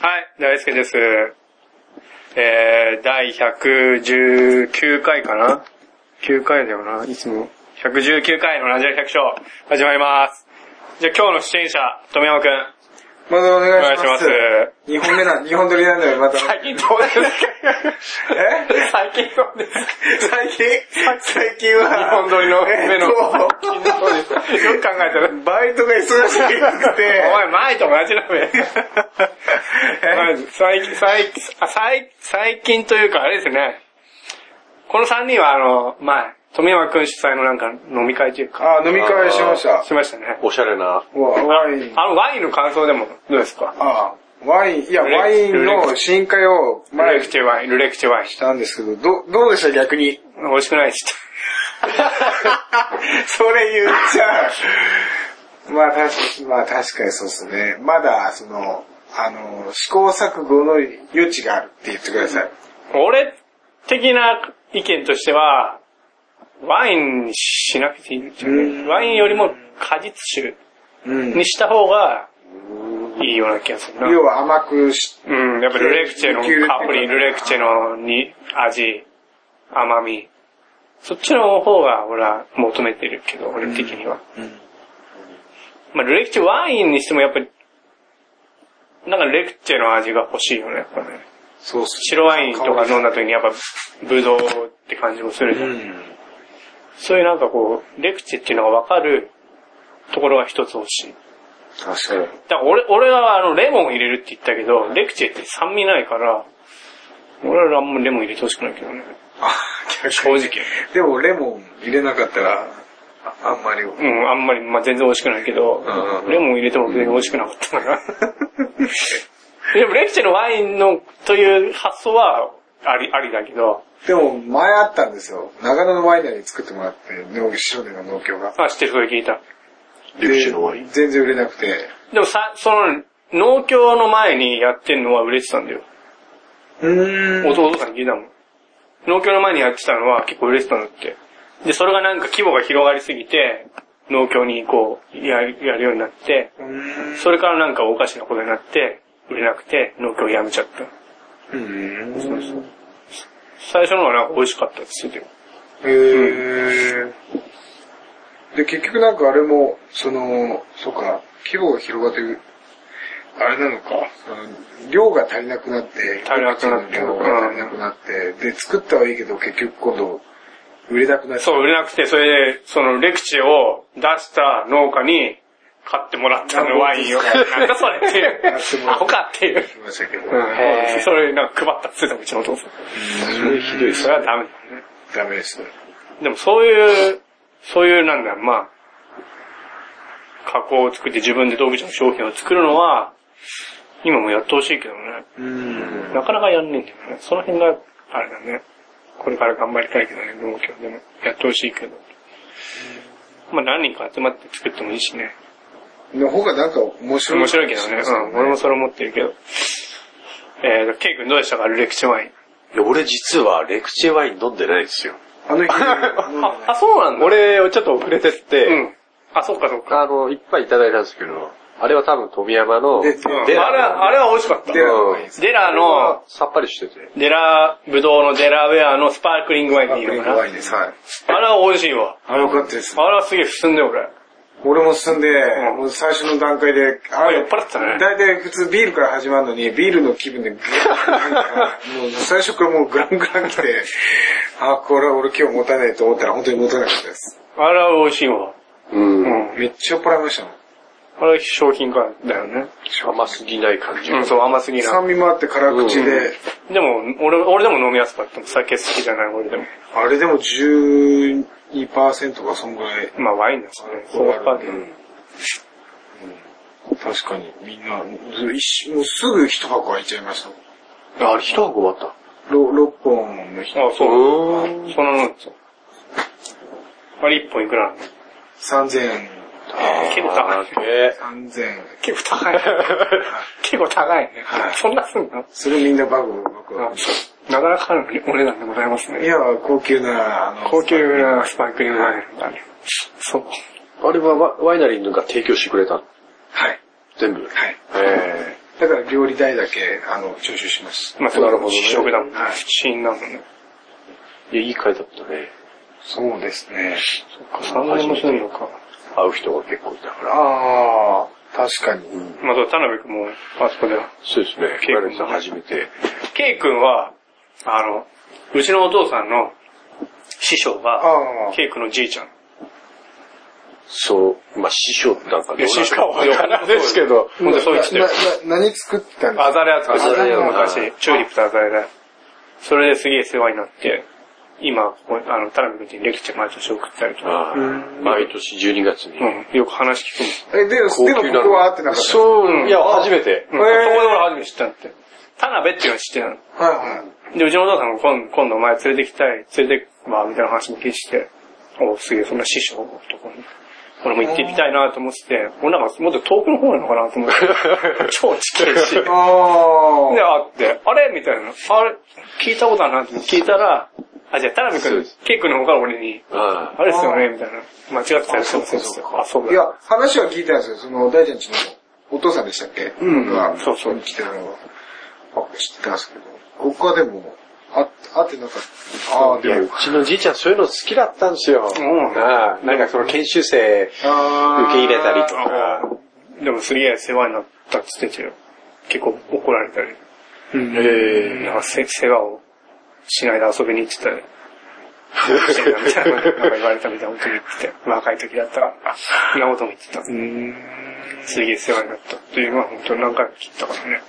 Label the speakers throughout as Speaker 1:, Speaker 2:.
Speaker 1: はい、大輔です。えー、第119回かな ?9 回だよな、いつも。119回のラジオ百姓、始まります。じゃあ今日の出演者、富山くん、
Speaker 2: まずお
Speaker 1: お
Speaker 2: 願
Speaker 1: 願
Speaker 2: い
Speaker 1: い
Speaker 2: し
Speaker 1: し
Speaker 2: ま。
Speaker 1: ますす。
Speaker 2: 2本目な、二本撮りなんだよ、また。
Speaker 1: 最近どうですか
Speaker 2: え
Speaker 1: 最近どうですか
Speaker 2: 最近、最近は、
Speaker 1: 日本撮りの目 の。よく考えたら。
Speaker 2: えっとバイトが忙しくて、
Speaker 1: お前、前と同じだべ。最近、最近、あ最最近というか、あれですね。この3人は、あの、前、富山くん主催のなんか飲み会というか、
Speaker 2: あ、飲み会しました。
Speaker 1: しましたね。
Speaker 3: おしゃれな。
Speaker 2: わワイン。
Speaker 1: あの、ワインの感想でもどうですか
Speaker 2: あ、ワイン、いや、
Speaker 1: ルレ
Speaker 2: ワインの深海を
Speaker 1: ルレ
Speaker 2: 前
Speaker 1: ク
Speaker 2: し
Speaker 1: チェワイン、ルレクチェワイン。
Speaker 2: たんですけど、どう、どうでした逆に。
Speaker 1: 美味しくないでした。
Speaker 2: それ言っちゃう。 まあ確か、まあ確かにそうですね。まだ、その、あの、試行錯誤の余地があるって言ってください。
Speaker 1: 俺的な意見としては、ワインにしなくていいんですよ
Speaker 2: うん
Speaker 1: ね。ワインよりも果実酒
Speaker 2: うん
Speaker 1: にした方がいいような気がするな。
Speaker 2: 要は甘くし、
Speaker 1: うん、やっぱルレクチェの香り、ルレクチェのに味、甘み。そっちの方が俺は求めてるけど、俺的には。まあ、ルレクチェワインにしてもやっぱり、なんかルレクチェの味が欲しいよね、やっぱね。
Speaker 2: そうっす
Speaker 1: 白ワインとか飲んだ時にやっぱ、ブドウって感じもするじゃん。そういうなんかこう、レクチェっていうのがわかるところが一つ欲しい。
Speaker 2: 確かに。
Speaker 1: だから俺、俺はあの、レモン入れるって言ったけど、レクチェって酸味ないから、俺はあんまレモン入れてほしくないけどね。
Speaker 2: あ、
Speaker 1: 正直。
Speaker 2: でもレモン入れなかったら、ああんまり。
Speaker 1: うん、あんまり、まあ、全然美味しくないけど
Speaker 2: うんうん、
Speaker 1: レモン入れても全然美味しくなかったから。 でも、レクチェのワインの、という発想は、あり、ありだけど、
Speaker 2: でも前あったんですよ。長野のワイナリー作ってもらって、農業、少年の農協が。
Speaker 1: あ、知ってる、それ聞いた。
Speaker 3: レクチェのワイン
Speaker 2: で全然売れなくて。
Speaker 1: でもさ、その、農協の前にやってんのは売れてたんだよ。
Speaker 2: うーん。
Speaker 1: 弟さんに聞いたもん。農協の前にやってたのは結構売れてたんだって。で、それがなんか規模が広がりすぎて、農協にこう、やる、やるようになって、それからなんかおかしなことになって、売れなくて、農協を辞めちゃった。
Speaker 2: うん。そうそう。
Speaker 1: 最初のはなんか美味しかったっつってたよ。
Speaker 2: へーで、結局なんかあれも、その、そうか、規模が広がってる、あれなのか、うん量が足りなくなって、
Speaker 1: 足りなくなって
Speaker 2: 量が足りなくなって、で、作ったはいいけど、結局今度、売れなくなっちゃ
Speaker 1: そう、売れなくて、それで、そのレクチェを出した農家に、買ってもらったの、ワインを。なんかそれっていう。アホかっていう。
Speaker 2: いましたけど、
Speaker 1: うんそれなんか配ったっつってたもんうちのお父さん。
Speaker 3: それひどいっ
Speaker 1: それはダメだ。
Speaker 2: ダメですね。
Speaker 1: でもそういう、そういうなんだ、まあ、加工を作って自分で独自の商品を作るのは、今もやってほしいけどね。
Speaker 2: うん。
Speaker 1: なかなかやんねえんだよね。その辺が、あれだね。これから頑張りたいけどね、農協でも。やってほしいけど。まあ何人か集まって作ってもいいしね。
Speaker 2: の方がなんか面白い。
Speaker 1: 面白いけどね。うん、俺もそれ思ってるけど。えーと、ケイ君どうでしたかルレクチェワイン。
Speaker 3: いや俺実はレクチェワイン飲んでないんですよ。
Speaker 2: あの日、飲ん だね
Speaker 1: あ、そうなんだ。
Speaker 4: 俺、ちょっと遅れてって、
Speaker 1: うん。あ、そっかそっか。
Speaker 4: あの、いっぱいいただいたんですけど、あれは多分富山の、
Speaker 2: で、
Speaker 1: うん
Speaker 2: で、
Speaker 1: あれは、あれは美味しかった。
Speaker 2: で、
Speaker 4: うん
Speaker 1: デラの、
Speaker 4: さっぱりしてて。
Speaker 1: デラ、ブドウのデラウェアのスパークリングワインでいいのかな。
Speaker 2: ワインです。はい。
Speaker 1: あれは美味しいわ。
Speaker 2: あ、よかったです。
Speaker 1: あれはすげえ進んで俺。
Speaker 2: 俺も進んで、
Speaker 1: ん
Speaker 2: もう最初の段階で、あ
Speaker 1: 酔っ払ってたね
Speaker 2: 大体普通ビールから始まるのに、ビールの気分でグ ラン、もう最初からもうグラングラン来て、あ、これは俺今日持たないと思ったら本当に持たなかったです。
Speaker 1: あれは美味しいわ。
Speaker 4: うん
Speaker 1: う。ん。
Speaker 2: めっちゃ酔っ払いましたもん。
Speaker 1: あれは商品化だよね。
Speaker 4: 甘すぎない感じ。
Speaker 1: うん、そう、甘すぎな。
Speaker 2: 酸味もあって辛口で、
Speaker 1: でも、俺、俺でも飲みやすかったもん。酒好きじゃない俺でも。
Speaker 2: あれでも12%がそんぐらい、
Speaker 1: まあ、ワインだからね。そう、パーティー。
Speaker 2: 確かにみんな、ず一瞬もうすぐ一箱開いちゃいましたもん。
Speaker 4: あれ、一箱もあった。
Speaker 2: 6本の人、
Speaker 1: あ、
Speaker 4: う
Speaker 1: そう。
Speaker 4: ーん。
Speaker 1: その飲んですよ。あれ1本いくらなの
Speaker 2: 3000、
Speaker 1: 結構高い。
Speaker 4: え
Speaker 2: 3000、
Speaker 1: 結構 高い。結構高いね
Speaker 2: はい。
Speaker 1: そんなすんの
Speaker 2: すぐみんなバグバグ。
Speaker 1: なかなかのお値段でございます
Speaker 2: い
Speaker 1: ね。
Speaker 2: や、高級な、あの、
Speaker 1: 高級なスパークリングワインだね。そう。
Speaker 4: あれはワワイナリーが提供してくれたの
Speaker 2: はい。
Speaker 4: 全部。
Speaker 2: はい。
Speaker 4: え
Speaker 2: だから料理代だけ、あの、徴収します。
Speaker 1: まあ、そ
Speaker 4: なる
Speaker 1: れ
Speaker 4: ほどね
Speaker 1: 試食だもんね
Speaker 2: はい。
Speaker 1: 試飲だもんね。
Speaker 3: いや、いい回だったね。
Speaker 2: そうですね。
Speaker 1: そっか、3年もするのか。
Speaker 3: 会う人が結構いたから。
Speaker 2: ああ、確かに。
Speaker 1: まあ、そう、田辺くんも、あそこで。
Speaker 3: そうですね。
Speaker 1: 結構
Speaker 3: マレンさん初めて。
Speaker 1: ケイ君は、あの、うちのお父さんの師匠
Speaker 2: あ
Speaker 1: が、
Speaker 2: あ、
Speaker 1: ケイ君のじいちゃん。
Speaker 3: そう、まあ師匠なんか
Speaker 1: いや師匠
Speaker 3: かわからないですけど。
Speaker 1: ほんとそう言ってたよ。
Speaker 2: な、な、何作ってたんです
Speaker 1: ア
Speaker 2: か
Speaker 1: ザレア作って
Speaker 3: アザ
Speaker 1: た
Speaker 3: レア
Speaker 1: 昔、チューリップとアザレだ。それですげえ世話になって、今、ここあの、田辺君にレクチャー毎年送ったりとか、
Speaker 3: ああ毎年12月に。
Speaker 1: うん、よく話聞くもん。
Speaker 2: え、で、でも
Speaker 3: 高級なの
Speaker 2: 僕は会ってなかった。う。
Speaker 3: そう、いや、初めて。
Speaker 1: うん、そこで俺初めて知ったんだって。田辺っていうのは知ってたの。
Speaker 2: はいはい。
Speaker 1: で、うちのお父さんが今今度お前連れてきたい、連れてくわ、みたいな話も聞いて、おすげえ、そんな師匠のとこに。俺も行ってみたいなと思ってて、俺なんかもっと遠くの方なのかなと思って、超近いし。で、会
Speaker 2: ああ。
Speaker 1: って、あれみたいな。あれ聞いたことあるなって聞いたら、あ、じゃあ、田辺
Speaker 3: そう
Speaker 1: 君
Speaker 3: です、
Speaker 1: ケイ君の方から俺に、
Speaker 3: ああ
Speaker 1: あれですよねみたいな。間違ってたらそうそうそう。あ、そう
Speaker 2: い
Speaker 1: だ。
Speaker 2: や、話は聞いたんですよ。その、大ちゃんちのお父さんでしたっけ
Speaker 1: うん
Speaker 2: が、
Speaker 1: そうそう
Speaker 2: ここに来てたのは、あ知ってたんですけど。僕はでも、あ、会ってなかった。ああ、
Speaker 3: いや、
Speaker 2: で
Speaker 3: う
Speaker 2: も。
Speaker 3: ちのじいちゃんそういうの好きだったんですよ。
Speaker 1: うん
Speaker 3: ああなんかその研修生
Speaker 2: あー
Speaker 3: 受け入れたりとか。
Speaker 1: でもすげえ世話になったって言ってたよ。結構怒られたり。
Speaker 3: え
Speaker 1: なんかせ世話をしないで遊びに行ってたよ。どうしてんだみたいな、なんか言われたみたいなこと言ってて、若い時だったから、そんなことも言ってた。すげえ世話になったっていうのは本当に何回も聞いたからね。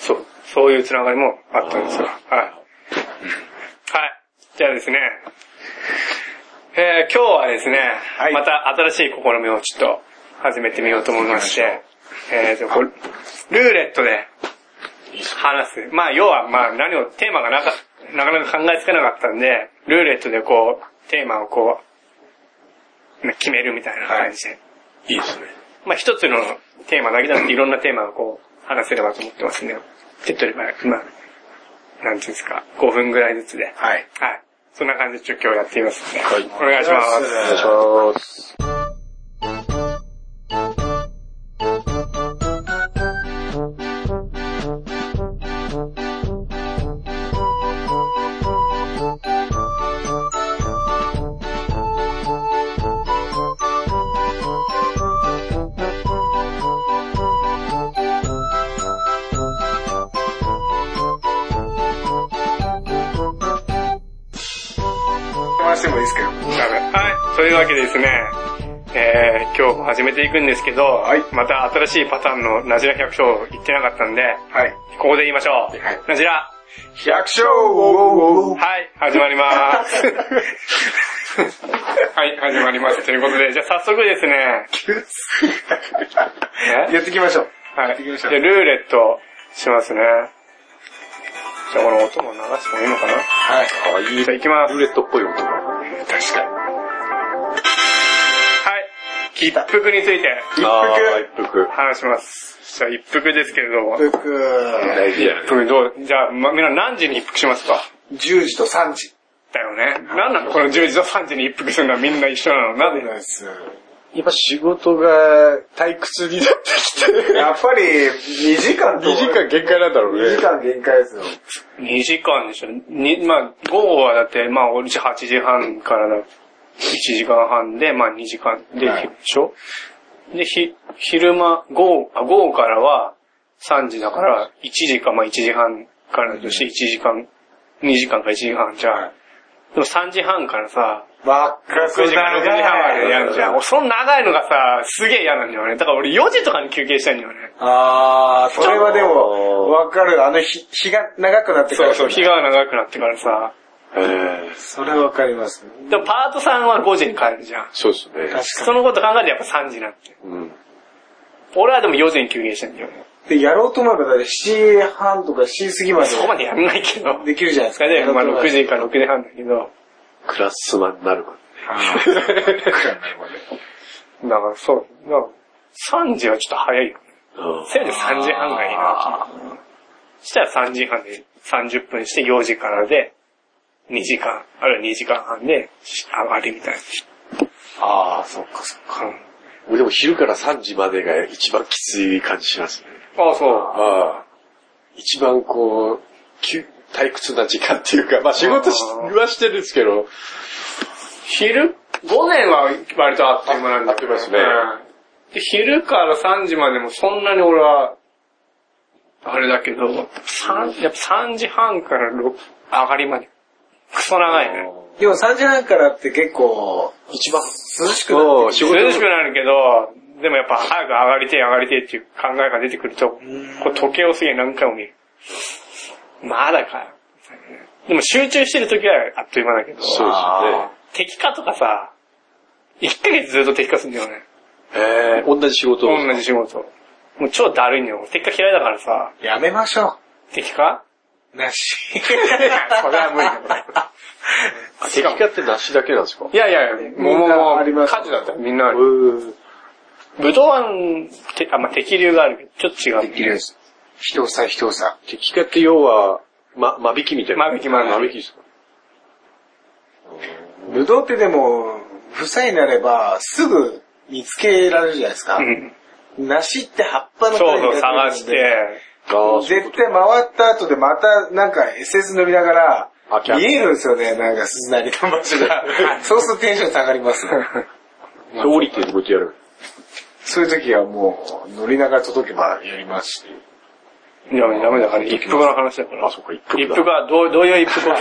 Speaker 1: そう、そういうつながりもあったんですよ。はい。はい。じゃあですね、えー、今日はですね、
Speaker 2: い
Speaker 1: また新しい試みをちょっと始めてみようと思いまして、えー、じゃあこれ、ルーレットで話す。まあ、要は、まあ、何を、テーマがなか、なかなか考えつかなかったんで、ルーレットでこう、テーマをこう、ね決めるみたいな感じで。
Speaker 3: えいいですね。
Speaker 1: まあ、一つのテーマだけじゃなくて、いろんなテーマをこう、話せればと思ってますね。手っ取り早く、まあ、なんていうんですか、5分ぐらいずつで。はい。
Speaker 2: はい。
Speaker 1: そんな感じでちょっと今日やってみますね。
Speaker 3: はい
Speaker 1: お願いしま
Speaker 2: お願いします
Speaker 1: す。
Speaker 4: お願いします。
Speaker 2: 回してもいいですけど。
Speaker 1: はい。というわけでですね、えー、今日も始めていくんですけど、
Speaker 2: い
Speaker 1: また新しいパターンのナジラ百姓を言ってなかったんで、
Speaker 2: はい。
Speaker 1: ここで言いましょう。
Speaker 2: はい
Speaker 1: ナジラ。
Speaker 2: 百姓おーおーおー
Speaker 1: はい、始まり ます。はい、始まります。ということで、じゃあ早速ですね、え
Speaker 2: やっていきましょう。
Speaker 1: は
Speaker 2: や
Speaker 1: い。
Speaker 2: ってい
Speaker 1: じ
Speaker 2: き
Speaker 1: ゃ
Speaker 2: ましょ
Speaker 1: あ
Speaker 2: う。
Speaker 1: ルーレットしますね。じゃあこの音も流してもいいのかな
Speaker 2: はい。
Speaker 3: あいい。
Speaker 1: じゃあ行きます。
Speaker 3: ルー
Speaker 1: はい。
Speaker 3: レットっぽい音が。
Speaker 2: 確かに。
Speaker 1: 一服について
Speaker 2: 一
Speaker 3: ああ
Speaker 2: 服。
Speaker 3: 一服。
Speaker 1: 話します。じゃあ一服ですけれども。
Speaker 2: 一服。
Speaker 3: 大事やね。
Speaker 1: これどう、じゃあ、ま、みんな何時に一服しますか
Speaker 2: 10時と3時。
Speaker 1: だよね。なんなのこの10時と3時に一服するのはみんな一緒なの。なぜ
Speaker 2: す。
Speaker 3: 今仕事が退屈になってきて、
Speaker 2: やっぱり、2時間と。
Speaker 3: 2時間限界なんだろう
Speaker 2: 2時
Speaker 3: ね。
Speaker 2: 間限界ですよ。
Speaker 1: ?2 時間でしょ。に、まあ、午後はだって、まあ、うち8時半からだ。1時間半で、まあ2時間で、
Speaker 2: はい
Speaker 1: でしょで、ひ、昼間、午後、あ、午後からは3時だから、1時か、まあ1時半からだとして、1時間、2時間か1時間じゃあ、でも3時半からさ、
Speaker 2: バッカ
Speaker 1: 6時から6時半までやるじゃん。その長いのがさ、すげえ嫌なんだよね。だから俺4時とかに休憩したいんだよね。
Speaker 2: あー、それはでも、
Speaker 3: そう
Speaker 2: わかる。あの日、日が長くなってか
Speaker 1: そう
Speaker 2: ら。
Speaker 1: そう、日。が長くなってからさ。
Speaker 3: えー
Speaker 2: それはわかります。
Speaker 1: でもパートさんは5時に帰るじゃん。
Speaker 3: そうですね。
Speaker 2: 確か
Speaker 1: そのこと考えてやっぱ3時になって。
Speaker 3: うん。
Speaker 1: 俺はでも4時に休憩したいんだよね。
Speaker 2: に。で、やろうと思えば、だって7時半とか7時過ぎまで。
Speaker 1: そこまでやんないけど。
Speaker 2: できるじゃないです
Speaker 1: そ
Speaker 2: か。
Speaker 1: れで、まあ6時から6時半だけ ど。
Speaker 3: クラスマンになるまで。
Speaker 1: だからそう、だから3時はちょっと早いよね。
Speaker 3: うん
Speaker 1: せいぜい3時半がいいなと思う。したら3時半で30分して4時からで2時間、あるいは2時間半で上がりみたいな。
Speaker 2: あー、そっかそっか。
Speaker 1: うん
Speaker 3: 俺でも昼から3時までが一番きつい感じしますね。
Speaker 1: ああ、そう。
Speaker 5: ああ一番こう、きゅ退屈な時間っていうか、まあ仕事し
Speaker 1: あー
Speaker 5: はしてるんですけど、
Speaker 1: 昼、午前は割とあっという間なんだけど。
Speaker 5: ああっという間ですね
Speaker 1: うんで昼から3時までもそんなに俺は、あれだけど、三やっぱ3時半から6、上がりまで。クソ長いね。
Speaker 2: でも3時半からって結構、
Speaker 5: 一番、
Speaker 2: 涼しくなって
Speaker 5: そう、仕事
Speaker 1: 涼しくなるけど、でもやっぱ早く上がりてえ上がりてえっていう考えが出てくると、こう時計をすげえ何回も見る。まだかよ。でも集中してる時はあっという間だけど、
Speaker 5: そう
Speaker 1: 敵化とかさ、1ヶ月ずっと敵化するんだよね。
Speaker 5: ですよね。えー、同じ仕事を。
Speaker 1: 同じ仕事。もう超だるいんだよ。俺、敵化嫌いだからさ。
Speaker 2: やめましょ
Speaker 1: 敵化
Speaker 2: う。なし。
Speaker 1: それは無理だ。
Speaker 4: 敵化って梨だけなんですか
Speaker 1: いやいやいや、もう、もう、もう、火事だったよみんなある。武道館、てあ、まあ、敵流があるけど、ちょっと違う。
Speaker 2: いるです。人さ、人さ。
Speaker 4: 敵化って要は、ま、間引きみたいな。
Speaker 1: 間引き間引き
Speaker 4: 間引きですか
Speaker 2: ブドウってでも、夫妻になれば、すぐ見つけられるじゃないですか
Speaker 1: う。ん。
Speaker 2: 梨って葉っぱ
Speaker 1: そ
Speaker 2: の
Speaker 1: う
Speaker 2: 種
Speaker 1: そう、
Speaker 2: にな
Speaker 1: 探
Speaker 2: ってるん
Speaker 1: し
Speaker 2: で
Speaker 1: て。
Speaker 4: ああ、そういう
Speaker 2: 絶対回った後でまたなんか SS 飲みながら
Speaker 4: あ、キャンプ
Speaker 2: 見えるんですよね、なんか鈴なりの場所が。 そうするとテンション下がり ます。
Speaker 4: こと。それ降りてこうやってやる。
Speaker 2: そういう時はもう乗りながら届けばやりますし。
Speaker 1: いや、ダメだから、一服の話だから。
Speaker 4: あ、そっか、一
Speaker 1: 一
Speaker 4: 服だ。
Speaker 1: 服は、どう、どういう一服をど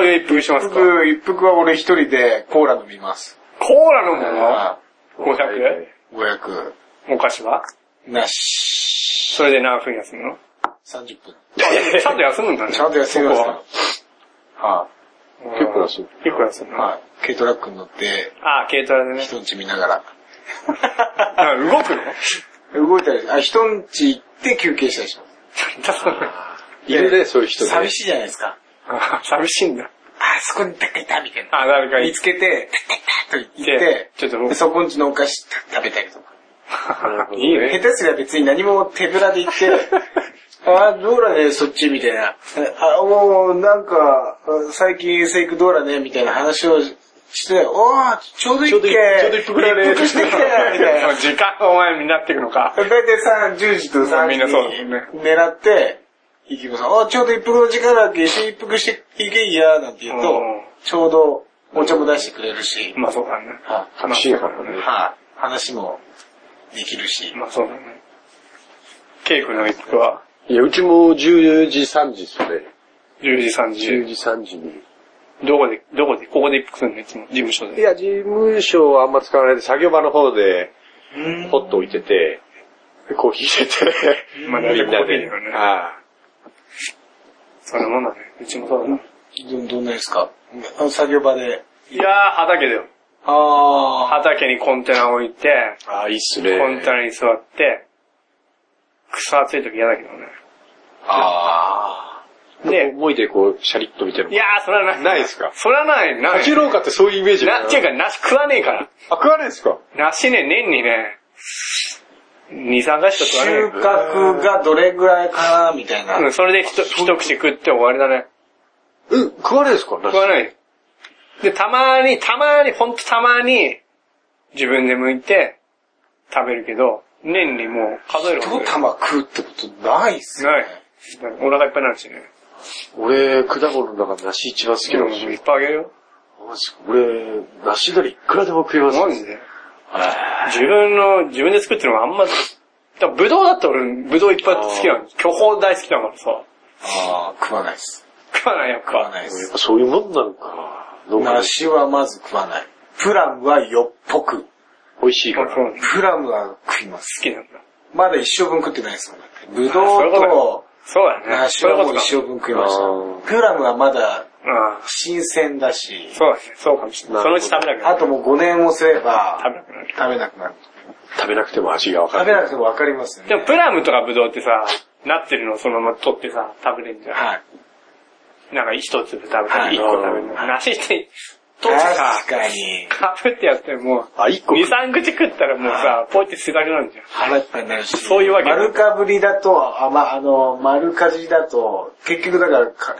Speaker 1: ういう一服します
Speaker 2: 一
Speaker 1: か
Speaker 2: 服、一服は俺一人でコーラ飲みます。
Speaker 1: コーラ飲むの
Speaker 2: あ
Speaker 1: ?500?
Speaker 2: 500、
Speaker 1: お菓子は
Speaker 2: なし。
Speaker 1: それで何分休むの
Speaker 2: 30分。
Speaker 1: ちゃんと休むんだね。
Speaker 2: ちゃんと休みますから。は
Speaker 1: 結
Speaker 4: 構休む。
Speaker 1: 結構休む
Speaker 2: い。。はい。軽トラックに乗って、
Speaker 1: あ、軽トラでね。
Speaker 2: 人んち見ながら。
Speaker 1: あ動くの
Speaker 2: 動いたり、あ、人んち行って休憩したりしま
Speaker 4: いるね、そういう人
Speaker 2: す。
Speaker 4: ね。
Speaker 2: 寂しいじゃないですか。
Speaker 1: あ寂しいんだ。
Speaker 2: あ、そこに誰かいたみたいな。
Speaker 1: あ、誰か
Speaker 2: 見
Speaker 1: い
Speaker 2: つけて、タッタッタッと行
Speaker 1: で
Speaker 2: って、
Speaker 1: ちょっと僕
Speaker 2: でそこんちのお菓子食べたりとか。
Speaker 1: いい
Speaker 2: 下
Speaker 1: ね。
Speaker 2: 手すりゃ別に何も手ぶらで行 って、あ、どうだね、そっちみたいな。あ、もう、なんか、最近生育どうだね、みたいな話をして、おー、ちょうどいいっけ
Speaker 5: ちょうど一服ぐらいね
Speaker 2: 一服してきたよ、みたいな。
Speaker 1: 時間がお前になっていくのか。
Speaker 2: 大体3、10時と3
Speaker 1: みんなそうだ
Speaker 2: 時
Speaker 1: もん
Speaker 2: に
Speaker 1: ね
Speaker 2: 狙って、行きます。あ、ちょうど一服の時間だって一緒に一服していけいや、なんて言う
Speaker 1: う
Speaker 2: と
Speaker 1: ん、
Speaker 2: ちょうどお茶も出してくれるし、
Speaker 1: まあそうだね。
Speaker 2: は
Speaker 4: 寂しいから
Speaker 2: い
Speaker 4: ね。
Speaker 2: はい話もできるし。
Speaker 1: まあそうだね。ケイ君の一服はい
Speaker 4: や、うちも10時3時ですよね。
Speaker 1: 10時3
Speaker 4: 10
Speaker 1: 時。
Speaker 4: 時3時に。
Speaker 1: どこで、どこで、ここで一服するのいつも事務所
Speaker 4: い
Speaker 1: で。
Speaker 4: や、事務所はあんま使わないで、作業場の方で、ポッと置いてて、でコーヒー入れて、
Speaker 1: まあ大
Speaker 4: み
Speaker 1: 体
Speaker 4: ん
Speaker 1: ここ
Speaker 4: な
Speaker 1: でい
Speaker 4: で
Speaker 1: いよね。。
Speaker 4: あ
Speaker 1: そんなもんだね。うちもそうだな。
Speaker 2: ど、どんなですかあの作業場で。
Speaker 1: いやー、畑だよ。
Speaker 2: あ
Speaker 1: 畑にコンテナ置いて、
Speaker 4: あああ、いいっすね。
Speaker 1: コンテナに座って、くそ暑い時嫌だけどね。
Speaker 2: あ
Speaker 1: で、
Speaker 4: 思いでこう、シャリッとみたい
Speaker 1: い
Speaker 4: な。
Speaker 1: やー、それはない。
Speaker 4: ないですか
Speaker 1: それはない、ない。
Speaker 4: 竹農家ってそういうイメージ
Speaker 1: な、っていうか、梨食わねえから。
Speaker 4: あ、食わないですか
Speaker 1: 梨ね、年にね、2、3回しか食わね
Speaker 2: 収穫がどれぐらいかな、みたいな
Speaker 1: え。う。ん、それで一一口食って終わりだね。
Speaker 4: うん、食わないですか
Speaker 1: 食わ
Speaker 4: い。
Speaker 1: ない。で、たまに、たまに、ほんとたまに、自分で剥いて、食べるけど、年にもう数えるほ
Speaker 2: 一
Speaker 1: ど。
Speaker 2: 玉食うってことないっすよ
Speaker 1: ない。お腹いっぱいになるしね。
Speaker 4: 俺、果物の中で梨一番好きなんです
Speaker 1: うんい
Speaker 4: よ
Speaker 1: っ。ぱいあげるよ。
Speaker 4: マジか俺、梨ならいくらでも食えます。
Speaker 1: マジで自分の、自分で作ってるのがあんま、だからブドウだって俺、ブドウいっぱい好きなの。巨峰大好きだからさ。
Speaker 2: あー食わないっす。
Speaker 1: 食わないやっ
Speaker 2: 食わ
Speaker 1: ぱ。
Speaker 2: ないっ
Speaker 4: やっ
Speaker 2: す。
Speaker 4: ぱそういうもんなのか。農家の
Speaker 2: 梨はまず食わない。プラムはよっぽく。
Speaker 4: 美味しいか
Speaker 1: そう
Speaker 4: ら。
Speaker 1: 好
Speaker 2: プラムは食います。
Speaker 1: きなんだ。
Speaker 2: まだ一生分食ってないですもんね。ぶ
Speaker 1: あそういう
Speaker 2: どうと
Speaker 1: こそうだね。
Speaker 2: 梨
Speaker 1: そういう
Speaker 2: は
Speaker 1: こ
Speaker 2: も
Speaker 1: と
Speaker 2: う
Speaker 1: か。
Speaker 2: 一生分食いまし
Speaker 4: あー
Speaker 2: た。プラムはまだ
Speaker 1: ああ
Speaker 2: 新鮮だし、
Speaker 1: そうだね。そうかもしれない。そのうち食べなくな
Speaker 2: あ
Speaker 1: る。
Speaker 2: ともう5年をすれば
Speaker 1: 食べなくなる。
Speaker 2: 食べなくなる。
Speaker 4: 食べなくても味がわか
Speaker 2: 食
Speaker 4: る。
Speaker 2: べなくてもわかりますよ
Speaker 1: でも
Speaker 2: ね。
Speaker 1: プラムとかブドウってさ、なってるのをそのまま取ってさ、食べれるじゃん。
Speaker 2: はい。
Speaker 1: なんか一粒食べたり、一、
Speaker 2: はい
Speaker 1: 個食べたり。梨って、取ってさ、
Speaker 2: 確かに
Speaker 1: 食べてやっても
Speaker 4: あ、一
Speaker 1: う、
Speaker 4: 個
Speaker 1: 二三口食ったらもうさ、ポイって捨てたくなるじゃん。
Speaker 2: 腹いっぱいになるし。
Speaker 1: そういうわけ
Speaker 2: 丸かぶりだと、あ、ま、あの、丸かじりだと、結局だからか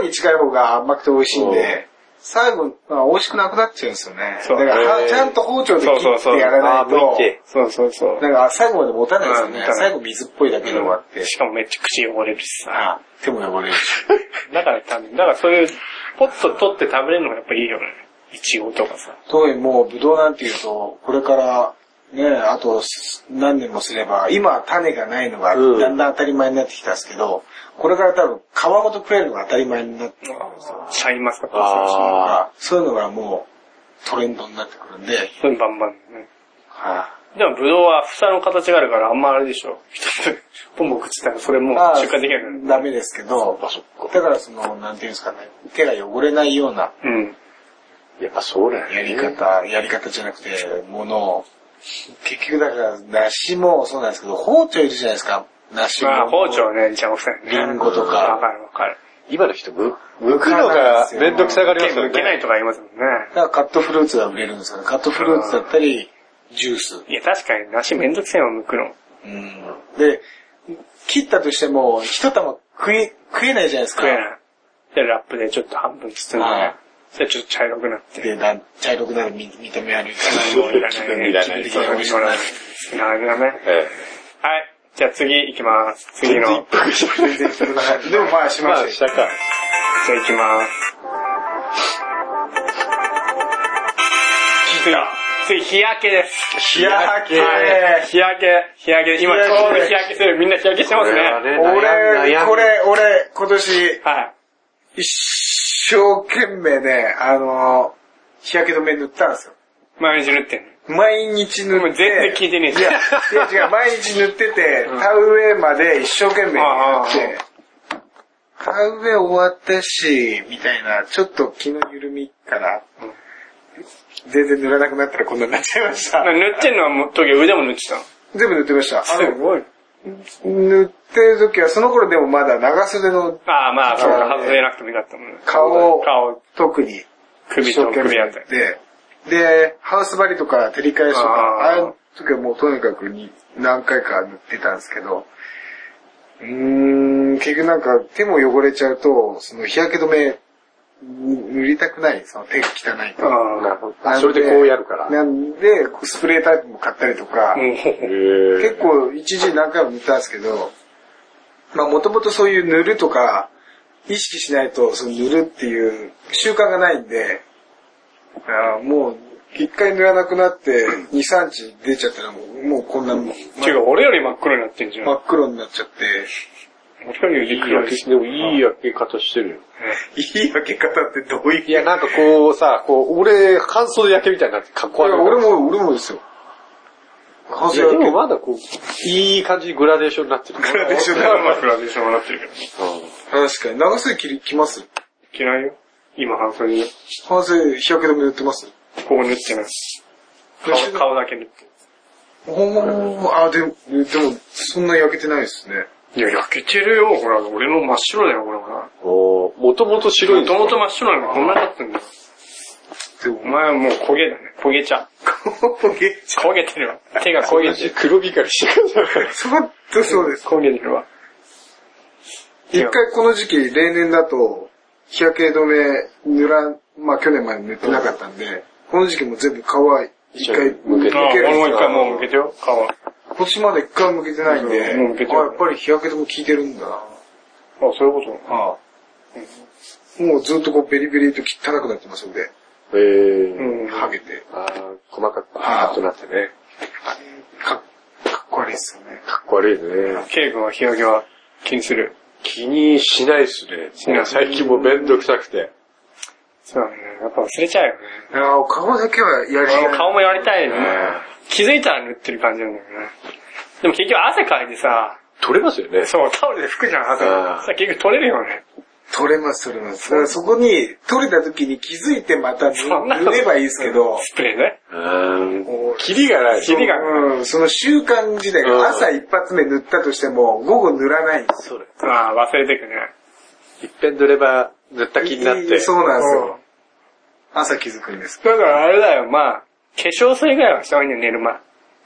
Speaker 2: 皮に近い方が甘くて美味しいんで、最後、まあ美味しくなくなっちゃうんですよね。
Speaker 1: そう
Speaker 2: だから
Speaker 4: へ
Speaker 2: は、
Speaker 4: ー
Speaker 2: ちゃんと包丁で切
Speaker 1: そうそう
Speaker 2: っ
Speaker 1: そう
Speaker 2: てやらない
Speaker 4: あー剥いて
Speaker 2: と、
Speaker 1: そうそうそう。
Speaker 2: なんか最後まで持たないですよ
Speaker 1: う
Speaker 2: ね
Speaker 1: ん持た。ない
Speaker 2: 最後水っぽいだけで終わって。
Speaker 1: しかもめっちゃ口汚れるしさ。
Speaker 2: あ手も汚れるし。
Speaker 1: だから多分、だからそういう、ポッと取って食べれるのがやっぱいいよね。イチゴとかさ。
Speaker 2: 特にもう、ブドウなんていうと、これから、ね、あとす何年もすれば、今は種がないのが
Speaker 4: うん
Speaker 2: だんだん当たり前になってきたんですけど、これから多分皮ごと食えるのが当たり前になってくるんですよ。
Speaker 1: シャインマスカットと
Speaker 4: あ
Speaker 1: か
Speaker 4: あ
Speaker 2: そういうのがもうトレンドになってくるんで、
Speaker 1: そういうのバンバンね。
Speaker 2: は
Speaker 1: でもブドウは房の形があるからあんまあれでしょ。一つ、ポンポン食ってたらそれもう
Speaker 2: あー
Speaker 1: 出荷できる
Speaker 2: いダメですけど、
Speaker 4: あ、そっか。
Speaker 2: だからその、なんていうんですかね、手が汚れないような
Speaker 1: うん。
Speaker 4: やっぱそうだよね。
Speaker 2: やり方、やり方じゃなくて、ものを、結局だから、梨もそうなんですけど、包丁いるじゃないですか、梨も。
Speaker 1: まあ包丁ね、ちゃんお二人ね。
Speaker 2: リンゴとか
Speaker 1: わかるわかる。
Speaker 4: 今の人、む、むくのがめんどくさがりますよね。
Speaker 1: 受けないとか言いますもんね。
Speaker 2: だからカットフルーツが売れるんですかね。カットフルーツだったり、ジュース。
Speaker 1: いや、確かに梨めんどくせえわ、剥くの。
Speaker 2: うん。で、切ったとしても、一玉食え、食えないじゃないですか。
Speaker 1: 食えない。で、ラップでちょっと半分包んで、
Speaker 2: はい
Speaker 1: それちょっと茶色くなって。
Speaker 2: で、なん茶色くなる見見た目ある。
Speaker 1: もういらないね。
Speaker 4: いらない
Speaker 1: 気分的に美味しくない。なるほどね。
Speaker 4: え
Speaker 1: はい。じゃあ次行きます。次の。じ
Speaker 2: でもまあし
Speaker 4: えま
Speaker 2: ま
Speaker 4: あ、
Speaker 2: し
Speaker 4: 下か。
Speaker 1: ゃあ行きます。次、次日焼けです。
Speaker 2: 日焼け
Speaker 1: はい日焼け、日焼け。今ちょうど日焼けする。みんな日焼けしてますね。
Speaker 4: これ
Speaker 2: た。
Speaker 4: はね
Speaker 2: 俺、これ、俺、今年、
Speaker 1: はい。
Speaker 2: 一生懸命ね、あの、日焼け止め塗ったんですよ。
Speaker 1: 毎日塗ってんの。
Speaker 2: 毎日塗って。
Speaker 1: もう全然効いてねえし
Speaker 2: いや、いや違う、毎日塗ってて、田植えまで一生懸命やって、田植え終わったし、みたいな、ちょっと気の緩みから、全然塗らなくなったらこんなになっちゃいました。
Speaker 1: 塗ってんのはもう、時腕も塗ってたの。
Speaker 2: 全部塗ってました。あの
Speaker 1: ごい。
Speaker 2: 塗ってる時は、その頃でもまだ長袖の
Speaker 1: ああ、まあ、そうか、外れなくてもよかったもんね。
Speaker 2: 顔を
Speaker 1: 顔、
Speaker 2: 特に
Speaker 1: 首
Speaker 2: 一
Speaker 1: と
Speaker 2: 生懸命
Speaker 1: 首あ
Speaker 2: や
Speaker 1: っ
Speaker 2: った
Speaker 1: り。
Speaker 2: て、で、ハウス張りとか照り返しとか、あ
Speaker 1: あー
Speaker 2: あいう時はもうとにかくに何回か塗ってたんですけど、うーん、結局なんか手も汚れちゃうと、その日焼け止め塗りたくない、その手が汚いと。
Speaker 1: ああ、
Speaker 2: なん
Speaker 4: それでこうやるから。
Speaker 2: なんで、スプレータイプも買ったりとか、
Speaker 1: もう、
Speaker 4: 結
Speaker 2: 結構一時何回も塗ったんですけど、まあもともとそういう塗るとか、意識しないとその塗るっていう習慣がないんで、あーもう一回塗らなくなって2、3日出ちゃったらもうもうこんなもん
Speaker 1: ていうか、俺より真っ黒になってんじゃん
Speaker 2: 真。っ黒になっちゃって、
Speaker 1: 俺より腕黒いし。
Speaker 4: でもいい焼け方してるよ。
Speaker 2: いい分け方ってどういう
Speaker 4: いや、なんかこうさ、こう、俺、乾燥で焼けみたいになってかっこ悪いから。
Speaker 2: 俺も、俺もですよ。
Speaker 4: いや、でもまだこう、いい感じにグラデーションになってる。
Speaker 2: グラデーション
Speaker 1: 俺は真っ黒でしょ、笑ってるけど。
Speaker 2: 確かに。長袖着る着ます
Speaker 1: 着ないよ。今、半袖に、
Speaker 2: 半袖日焼け止め塗ってます
Speaker 1: ここ塗ってない。顔顔だけ塗って
Speaker 2: おー、あ、でも、でも、そんな焼けてないですね。
Speaker 1: る。いや、焼けてるよ、ほら、俺も真っ白だよ、ほら、ほら。
Speaker 4: もともと白い
Speaker 1: も
Speaker 4: ん
Speaker 1: と
Speaker 4: だ。
Speaker 1: もと真っ白なのこんなになってんだよ。
Speaker 2: でも
Speaker 1: お前はもう焦げだね。焦げ茶。焦げてるわ。手が焦げてる。
Speaker 4: 黒光りしてる。
Speaker 2: そうとそうです。
Speaker 1: 焦げてるわ。
Speaker 2: 一回この時期、例年だと、日焼け止め塗らん、まあ去年まで塗ってなかったんで、この時期も全部皮一回向け
Speaker 1: ああ
Speaker 2: てるん
Speaker 1: 俺も
Speaker 2: で
Speaker 1: 一
Speaker 2: すよ
Speaker 1: 回もう向けてよ、顔。あ、
Speaker 2: 今年まで一回も向けてないんで、
Speaker 1: うんもう向けて
Speaker 2: あ
Speaker 1: る
Speaker 2: やっぱり日焼け止め効いてるんだな。
Speaker 1: そういうこと
Speaker 2: もうずっとこうベリベリと汚くなってますんで、
Speaker 4: えー。
Speaker 1: うん。
Speaker 2: ハゲて。
Speaker 4: あー細かくパーッとなってね。
Speaker 2: かっかっこ悪いですよね。
Speaker 4: かっこ悪いね。
Speaker 1: ケイ君は日焼けは気にする。
Speaker 4: 気にしないっすね。
Speaker 1: ない
Speaker 4: 最近もうめんどくさくて。
Speaker 1: そうだね。やっぱ忘れちゃうよね。
Speaker 2: いやー顔だけはやり
Speaker 1: 俺も
Speaker 2: たい。
Speaker 1: 顔もやりたいね。気づいたら塗ってる感じなんだよね。でも結局汗かいてさ、
Speaker 4: 取れますよね。
Speaker 1: そう、タオルで拭くじゃん、汗。
Speaker 4: うん
Speaker 1: さ、結局取れるよね。
Speaker 2: 取れます、取れます。だからそこに、取れた時に気づいてまた塗
Speaker 1: そんなこと
Speaker 2: 塗ればいいですけど、
Speaker 1: スプレーね。
Speaker 4: うーん。キリがない。
Speaker 1: キリが
Speaker 2: うん、その習慣自体
Speaker 4: うん
Speaker 2: が朝一発目塗ったとしても、午後塗らないんです
Speaker 4: そうだよ。
Speaker 1: まあ、忘れてくね。
Speaker 4: 一遍塗れば塗った気になって。
Speaker 2: そうなんです
Speaker 1: うん
Speaker 2: よ。朝気づくんです。
Speaker 1: だからあれだよ、まあ、化粧水ぐらいはした方がいいんだよ、寝る前。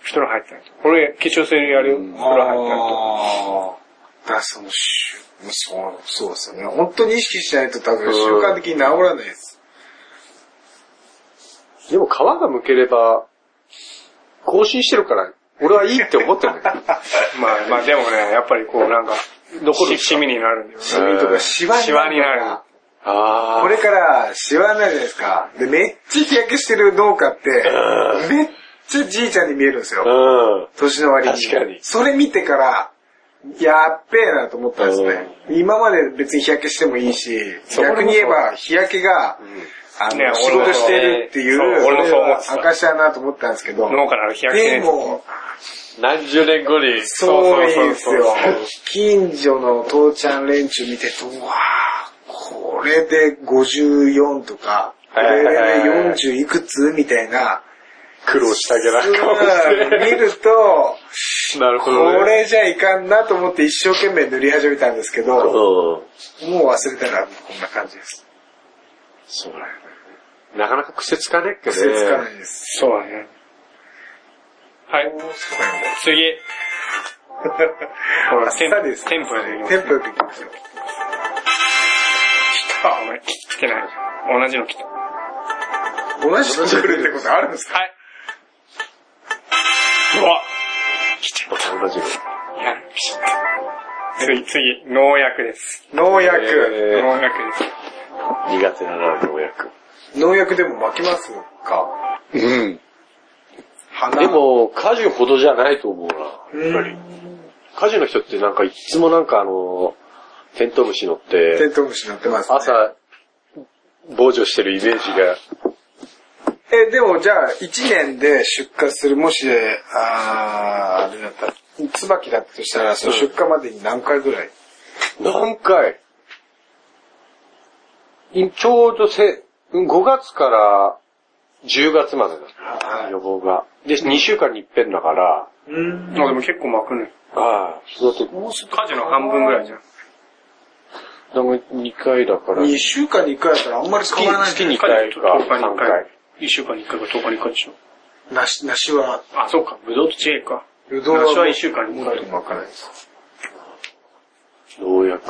Speaker 1: 風呂入ってないと。俺、化粧水やるよ。風呂入ってないと。
Speaker 2: あー。だからその習、そう、そうですよね。本当に意識しないと多分習慣的に治らないです。
Speaker 4: でも皮が剥ければ、更新してるから、俺はいいって思ってる んだよ。
Speaker 1: まあまあでもね、やっぱりこうなんか、
Speaker 4: 残る
Speaker 1: しシミになるんだよね。シ
Speaker 2: ミとかシワになる
Speaker 1: になる。
Speaker 4: あ
Speaker 2: これから、シワになるじゃないですか。で、めっちゃ日焼けしてる農家って、めっちゃじいちゃんに見えるんですよ。
Speaker 4: あ。うん。
Speaker 2: 年の割に。
Speaker 4: 確かに
Speaker 2: それ見てから、やっべえなと思ったんですね。今まで別に日焼けしてもいいし、
Speaker 1: う
Speaker 2: 逆に言えば日焼けが、あ
Speaker 1: ね
Speaker 2: の、仕
Speaker 1: 俺も
Speaker 2: 事してるっていう、
Speaker 1: そう俺もそう思ってた
Speaker 2: それは証だなと思ったんですけど、
Speaker 1: 農家なら日焼け
Speaker 2: で
Speaker 1: ね
Speaker 2: も、
Speaker 4: 何十年後に、
Speaker 2: そうなんですよ
Speaker 1: そうそうそう。
Speaker 2: 近所の父ちゃん連中見てて、うわぁ、これで54とか、こ
Speaker 4: はいはいはいはい
Speaker 2: れで40いくつみたいな、
Speaker 4: 苦労したげな
Speaker 2: う
Speaker 4: 顔
Speaker 2: ん見ると、
Speaker 4: して。なる
Speaker 2: こ
Speaker 4: ほどね。
Speaker 2: れじゃいかんなと思って一生懸命塗り始めたんですけど、も
Speaker 4: うん。
Speaker 2: う忘れたらこんな感じです。
Speaker 4: そうだよね。なかなか癖つかねっけどね。
Speaker 2: 癖つかないです。
Speaker 1: そうだね。はい。次。ほら、テン
Speaker 2: あっさりです
Speaker 1: テンポやね。
Speaker 2: テンポよくいきましょう。
Speaker 1: あ、お前、来てない。同じの来た。は
Speaker 2: 同じこと来るってことあるんですか
Speaker 1: い。うわ
Speaker 4: 同じよ
Speaker 1: いや、来ちゃった。次、次、農薬です。
Speaker 2: 農薬、
Speaker 4: えー
Speaker 1: 農薬です。
Speaker 4: 苦手だな、農薬。
Speaker 2: 農薬でも巻きますか
Speaker 4: うん。
Speaker 2: 花
Speaker 4: でも、果樹ほどじゃないと思うな、やっぱり。果樹の人ってなんかいつもなんかあの、テントウムシ乗っ
Speaker 2: テ
Speaker 4: て、
Speaker 2: ントウムシ乗ってます、ね。
Speaker 4: 朝、防除してるイメージが、
Speaker 2: え、でもじゃあ、1年で出荷する、もし、あーあれだったら、椿だったとしたら、その出荷までに何回ぐらい、
Speaker 4: 何回いちょうどせ、5月から10月までだ。予防が。で、2週間に一遍だから、
Speaker 1: あ、でも結構巻くね。
Speaker 4: ああ、そうだと、
Speaker 1: 果樹の半分ぐらいじゃん。
Speaker 4: 2回だから、
Speaker 2: ?2 週間に1回だったらあんまり
Speaker 4: 月
Speaker 2: 変わらない。
Speaker 4: 月に1回か
Speaker 1: 10日に
Speaker 4: 3
Speaker 1: 1回
Speaker 4: 回。。
Speaker 1: 1週間に1回か10日に1回でしょ。
Speaker 2: 梨、梨は、
Speaker 1: あ、そうか。ぶどうと違えか。
Speaker 2: うどん
Speaker 1: 梨は
Speaker 2: は
Speaker 1: 1週間に1回。
Speaker 2: 巻かないです。
Speaker 4: 農薬。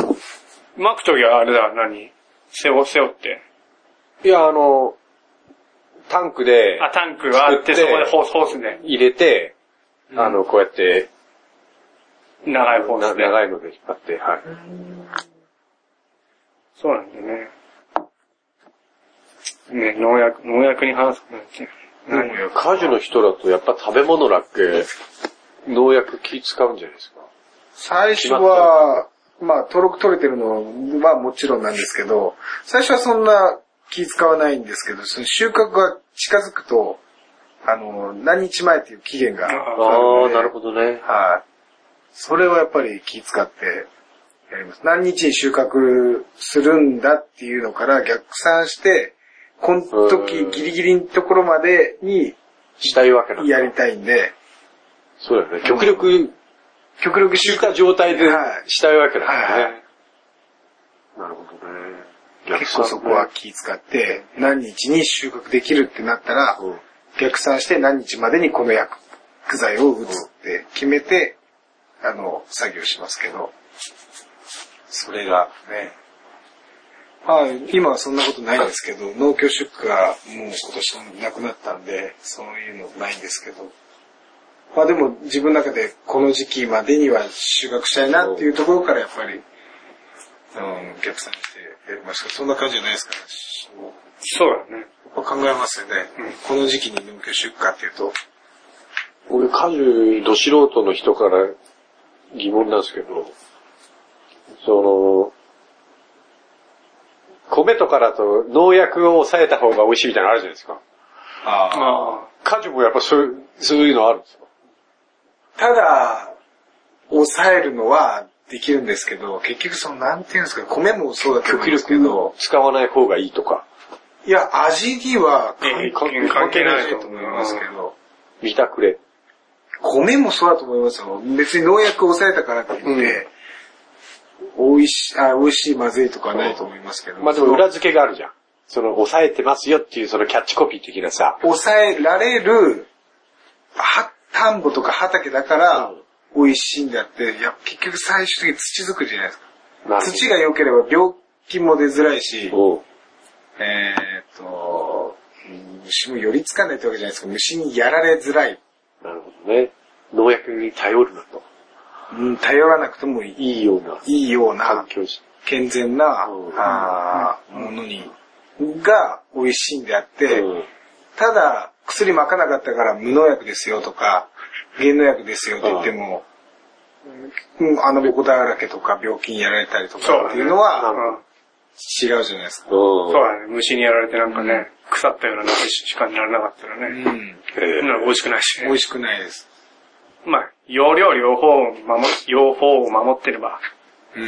Speaker 1: 巻くときはあれだ、何背負、背負って。
Speaker 4: いや、あの、タンクで
Speaker 1: あ、タンクがあって、そ
Speaker 4: 作
Speaker 1: こ
Speaker 4: って
Speaker 1: でホース、ホースで。
Speaker 4: 入れて、あの、こうやって、
Speaker 1: 長いホー
Speaker 4: な
Speaker 1: スで。
Speaker 4: 長いので引っ張って、はい。
Speaker 1: そうなんだよね。ね、農薬、農薬に話すことなんて。何よ。
Speaker 4: 果樹の人だとやっぱ食べ物だっけ、農薬気使うんじゃないですか。
Speaker 2: 最初は、まあ、登録取れてるのはもちろんなんですけど、最初はそんな気使わないんですけど、その収穫が近づくと、あの、何日前っていう期限が
Speaker 4: あ
Speaker 2: の
Speaker 4: あ、
Speaker 2: で
Speaker 4: なるほどね。
Speaker 2: はい。それはやっぱり気使ってやります。何日に収穫するんだっていうのから逆算して、この時ギリギリのところまでに
Speaker 4: したいわけなんだ
Speaker 2: やりたいんで、
Speaker 4: そうだよね。極力、
Speaker 2: 極力収
Speaker 4: し
Speaker 2: 穫、
Speaker 4: た状態で
Speaker 2: はい
Speaker 4: したいわけなんだ
Speaker 2: はいは
Speaker 4: ね。なるほどね。
Speaker 2: 結構そこは気使って、何日に収穫できるってなったら、
Speaker 4: うん。
Speaker 2: 逆算して何日までにこの薬剤を打つって決めて、あの、作業しますけど。
Speaker 4: それが。
Speaker 2: ね。はい、今はそんなことないんですけど、農協出荷がもう今年なくなったんで、そういうのないんですけど。まあでも自分の中でこの時期までには収穫したいなっていうところからやっぱり、うん、逆算してやりましたけど、そんな感じじゃないですかね。
Speaker 1: そうだね。
Speaker 2: やっぱ考えますよね。この時期に農協出荷っていうと、
Speaker 4: 俺、果樹、ど素人の人から疑問なんですけど、その、米とかだと農薬を抑えた方が美味しいみたいなのあるじゃないですか。
Speaker 1: あ
Speaker 4: 果樹もやっぱそういう、そういうのあるんですか
Speaker 2: ただ、抑えるのはできるんですけど、結局その、なんていうんですか、米もそうだと思うんですけど、
Speaker 4: 使わない方がいいとか、
Speaker 2: いや、味には
Speaker 1: あ。ええ、
Speaker 4: 関係
Speaker 1: 関係ない
Speaker 2: ないと
Speaker 1: と
Speaker 2: 思
Speaker 1: 思
Speaker 2: い
Speaker 1: い
Speaker 2: ま
Speaker 1: ますすけ
Speaker 2: け
Speaker 1: ど。
Speaker 2: ど、
Speaker 4: 見たくれ。
Speaker 2: 米もそうだと思いますよ。別に農薬を抑えたからといって、美味しい、あ、美味しい、まずいとかはないと思いますけど、
Speaker 4: まあでも裏付けがあるじゃん。その、抑えてますよっていうそのキャッチコピー的なさ。
Speaker 2: 抑えられる、は、田んぼとか畑だから
Speaker 4: うん、
Speaker 2: 美味しいんだって、いや、結局最終的に土作りじゃないですか。
Speaker 4: なるほど
Speaker 2: 土が良ければ病気も出づらいし、
Speaker 4: おう
Speaker 2: えーっと、虫も寄りつかないってわけじゃないですか。虫にやられづらい。
Speaker 4: なるほどね。農薬に頼るなと。
Speaker 2: うん、頼らなくてもいい
Speaker 4: いいようない
Speaker 2: いような
Speaker 4: 環、境じ
Speaker 2: 健全な
Speaker 4: うん、
Speaker 2: あーものに、が美味しいんであって、
Speaker 4: うん
Speaker 2: ただ、薬まかなかったから無農薬ですよとか、減農薬ですよって言っても、うん、穴ぼこだらけとか病気にやられたり
Speaker 1: そ
Speaker 2: と
Speaker 1: う
Speaker 2: か
Speaker 1: だね
Speaker 2: っていうの
Speaker 1: う
Speaker 2: は
Speaker 1: ん
Speaker 2: 違うじゃないですか。
Speaker 4: う
Speaker 1: そう
Speaker 4: ん
Speaker 1: だね。虫にやられてなんかね、腐ったような鍋しかならなかったら
Speaker 2: う
Speaker 1: ね、
Speaker 2: ん。
Speaker 1: そんなの美味しくないし
Speaker 2: 美
Speaker 1: ね。
Speaker 2: 味しくないです。
Speaker 1: まあ、容量両方を守、両方を守ってれば、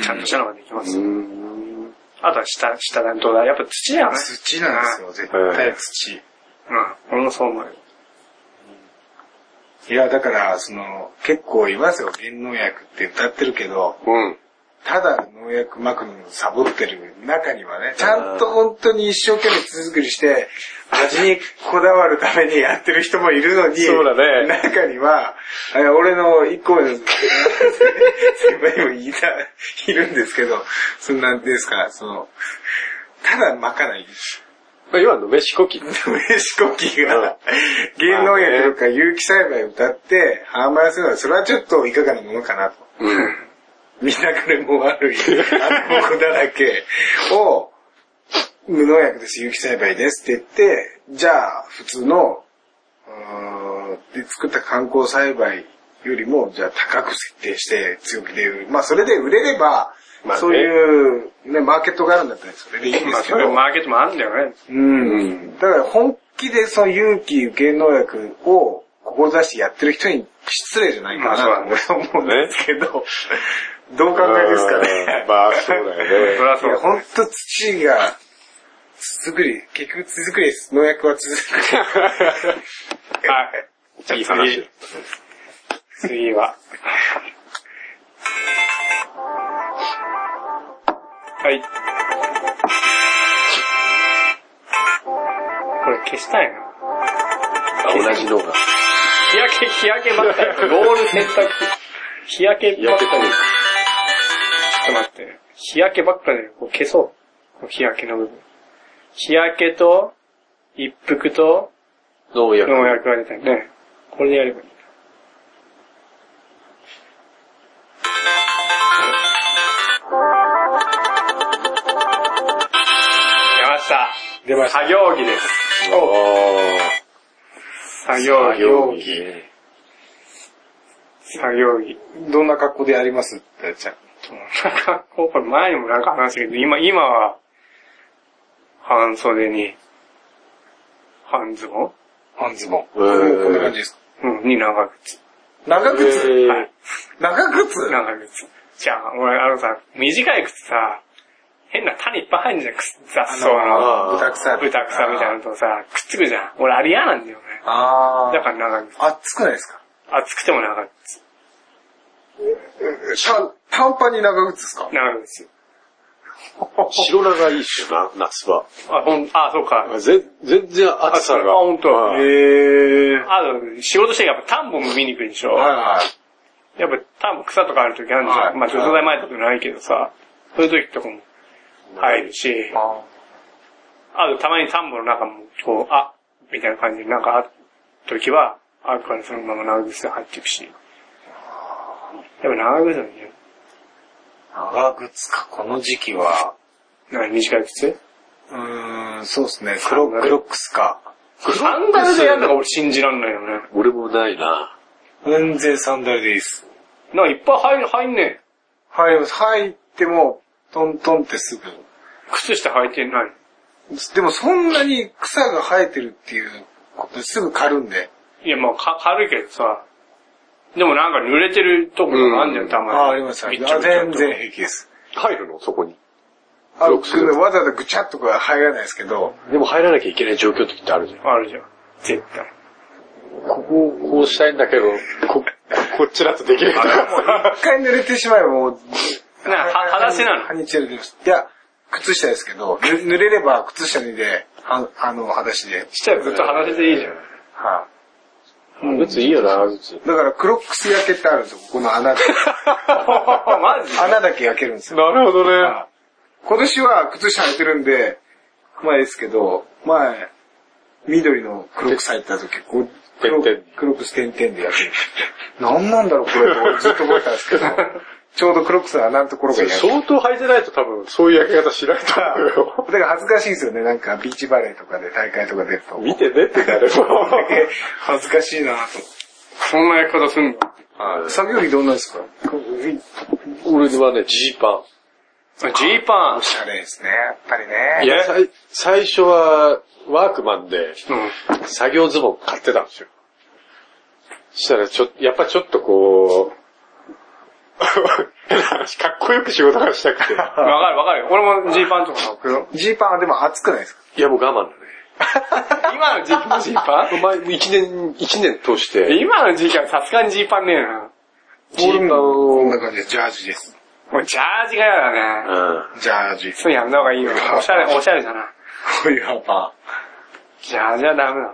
Speaker 1: ちゃんとしたのができます。
Speaker 4: うん
Speaker 1: あとは下、下だ、どうだ、やっぱ土だよね。
Speaker 2: 土なんですよ、絶対土。
Speaker 1: うん。俺もそう思うよ。
Speaker 2: いや、だから、その、結構いますよ、減農薬って歌ってるけど、
Speaker 4: うん。
Speaker 2: ただ農薬まくのをサボってる中にはね、ちゃんと本当に一生懸命手作りして、味にこだわるためにやってる人もいるのに、
Speaker 4: そうだね
Speaker 2: 中には、え俺の一個上の 先輩にもいた、いるんですけど、そんなんですか、その、ただまかない。
Speaker 4: まあ今の飯こ き。
Speaker 2: 飯呼吸が、芸能薬とか有機栽培を歌って販売するのは、それはちょっといかがなものかなと。見ながらも悪い、あの子だらけを、無農薬です、有機栽培ですって言って、じゃあ、普通の、うーんで作った観光栽培よりも、じゃあ高く設定して強気で売る。まあ、それで売れれば、
Speaker 4: まあね
Speaker 2: そういう、ね、マーケットがあるんだったら、それでいいん
Speaker 1: ま
Speaker 2: で
Speaker 1: あ、
Speaker 2: すけ
Speaker 1: そ
Speaker 2: ど。
Speaker 1: れマーケットもあるんだよね。
Speaker 2: うん。だから本気でその勇気、芸能薬を志してやってる人に失礼じゃないかなと
Speaker 1: まあ
Speaker 2: 俺は思うんですけど、どう考えですかね。
Speaker 4: まあそうだ
Speaker 1: そ
Speaker 4: よ
Speaker 1: り
Speaker 4: ね。
Speaker 1: ゃ
Speaker 2: い
Speaker 1: そう
Speaker 2: や、
Speaker 1: だ。
Speaker 2: ほんと土が、土作り、結局土作りです。農薬は土作り。
Speaker 1: はい。じゃあ
Speaker 4: いい話だ
Speaker 1: 次。次は。はい。これ消したいな。
Speaker 4: 同じのが。
Speaker 1: 日焼け、日焼けばっかり。ゴール選択。日焼けばっかり。ちょっと待って。日焼けばっかりでこう消そう。日焼けの部分。日焼けと、一服と、
Speaker 4: 農薬。
Speaker 1: 農薬が出たよね。これでやればいい。出ました。
Speaker 2: 出ました。
Speaker 1: 作業着です。作業
Speaker 4: ああ。
Speaker 1: 着。
Speaker 4: 容器ね。
Speaker 1: 作業着。
Speaker 2: どんな格好でやりますってじゃ
Speaker 1: なんか、これ前にもなんか話したけど、今、今は、半袖に、半ズボン
Speaker 2: あ半ズボン。
Speaker 4: へー
Speaker 2: こんな感じですか。
Speaker 1: うん、に長靴。
Speaker 2: 長靴
Speaker 4: え
Speaker 1: はい。
Speaker 2: 長靴
Speaker 1: 長靴。じゃあ、俺、あのさ、短い靴さ、変な種いっぱい入るじゃん、靴雑草の。
Speaker 4: あー
Speaker 2: 豚草。
Speaker 1: 豚草みたいなのとさ、くっつくじゃん。俺、あれ嫌なんだよね。
Speaker 2: あ
Speaker 1: だ
Speaker 2: ー。
Speaker 1: から長靴。
Speaker 2: 熱くないですか
Speaker 1: 暑くても長靴。
Speaker 2: 短パンに長靴ですか
Speaker 1: 長靴。
Speaker 4: 白菜がいいっすよな、夏場。
Speaker 1: あ、ほん、あ、そうか。
Speaker 4: ぜ全然暑さが。
Speaker 1: あ本当
Speaker 4: うん
Speaker 2: へー。
Speaker 1: あと、仕事してやっぱ田んぼも見にくいでしょ。
Speaker 2: はいはい。
Speaker 1: やっぱ多分草とかある時あるじゃん。
Speaker 2: はい
Speaker 1: まあ除草剤前とかないけどさ、そういう時とかも入るし、あとたまに田んぼの中もこう、あみたいな感じでなんかある時は、あるからそのまま長靴で入っていくし。やっぱ長靴だね。
Speaker 2: 長靴か、この時期は。
Speaker 1: なんか短い靴
Speaker 2: うーん、そうですね。クロクロックスか。
Speaker 1: サンダルでやるのが俺信じらんないよね。
Speaker 4: 俺もないな。
Speaker 2: 全然サンダルでいいです。
Speaker 1: なんかいっぱい入る、入んねえ。
Speaker 2: 入ります。入っても、トントンってすぐ。
Speaker 1: 靴下履いてない。
Speaker 2: でもそんなに草が生えてるっていうことですぐ刈るんで。
Speaker 1: いやまあか軽いけどさ、でもなんか濡れてるところもあんじゃん、たまに。
Speaker 2: あ、あります。あ
Speaker 1: びっ
Speaker 2: 全
Speaker 1: ちょびちょっ
Speaker 2: 然
Speaker 1: と
Speaker 2: 平気です。
Speaker 4: 入るのそこに。
Speaker 2: あ、
Speaker 4: クロックス
Speaker 2: わざわざぐちゃっとか入らないですけど、
Speaker 4: でも入らなきゃいけない状況の時ってあるじゃん。
Speaker 1: あるじゃん。絶対。
Speaker 4: ここをこうしたいんだけど、こ、こっちだとできないとか。
Speaker 2: 一回濡れてしまえばもう、
Speaker 1: な、は、裸足なの。
Speaker 2: ハニチェルです。いや、靴下ですけど、ぬ濡れれば靴下脱いで、はあの、裸足で。
Speaker 1: ちっちゃいずっと裸足でいいじゃん。
Speaker 2: は
Speaker 4: 靴いいよな、靴。
Speaker 2: い。だから、クロックス焼けってあるんですよ、ここの穴だけ。
Speaker 1: マジ
Speaker 2: 穴だけ焼けるんですよ。
Speaker 4: なるほどね。
Speaker 2: 今年は靴下履いてるんで、まあですけど、前、緑のクロック咲いた時、こう、クロ
Speaker 4: 点々
Speaker 2: クロックス点々でやってる。何なんだろう、これって俺ずっと思ってたんです けど、ちょうどクロックスの穴のところがやる。
Speaker 4: 相当履いてないと多分、そういう焼き方しないと思うよ。
Speaker 2: だから恥ずかしいですよね、なんかビーチバレーとかで大会とか出ると。
Speaker 4: 見てねってなるも
Speaker 2: 恥ずかしいなぁ
Speaker 1: そんなやり方すんの
Speaker 2: と。作業着どんなんですか
Speaker 4: 俺はね、ジーパン。
Speaker 1: ジーパン
Speaker 2: お。しゃれですね、やっぱりね。
Speaker 4: いや、さい最初は、ワークマンで、
Speaker 1: うん。
Speaker 4: 作業ズボン買ってたんですよ。そしたら、ちょっと、やっぱちょっとこう、変な話 かっこよく仕事がしたくて。
Speaker 1: わかるわかる。俺もジーパンとか送るよ。
Speaker 2: ジーパンはでも暑くないですか
Speaker 4: いや、もう我慢だね。
Speaker 1: 今のジーパンジーパ
Speaker 4: お前、一年、一年通し
Speaker 1: ン
Speaker 4: て、
Speaker 1: 今のジーパンさすがにジーパンねえな。
Speaker 4: ジーパン
Speaker 2: こん
Speaker 4: を、
Speaker 2: な感じでジャージです。
Speaker 1: 俺ジャージが嫌だね。
Speaker 4: うん。
Speaker 2: ジャージ。
Speaker 1: そうやめた方が いいよ。おしゃれ、おしゃれじゃない。
Speaker 2: こういうハンパ
Speaker 1: ジャージはダメだ。
Speaker 2: ー。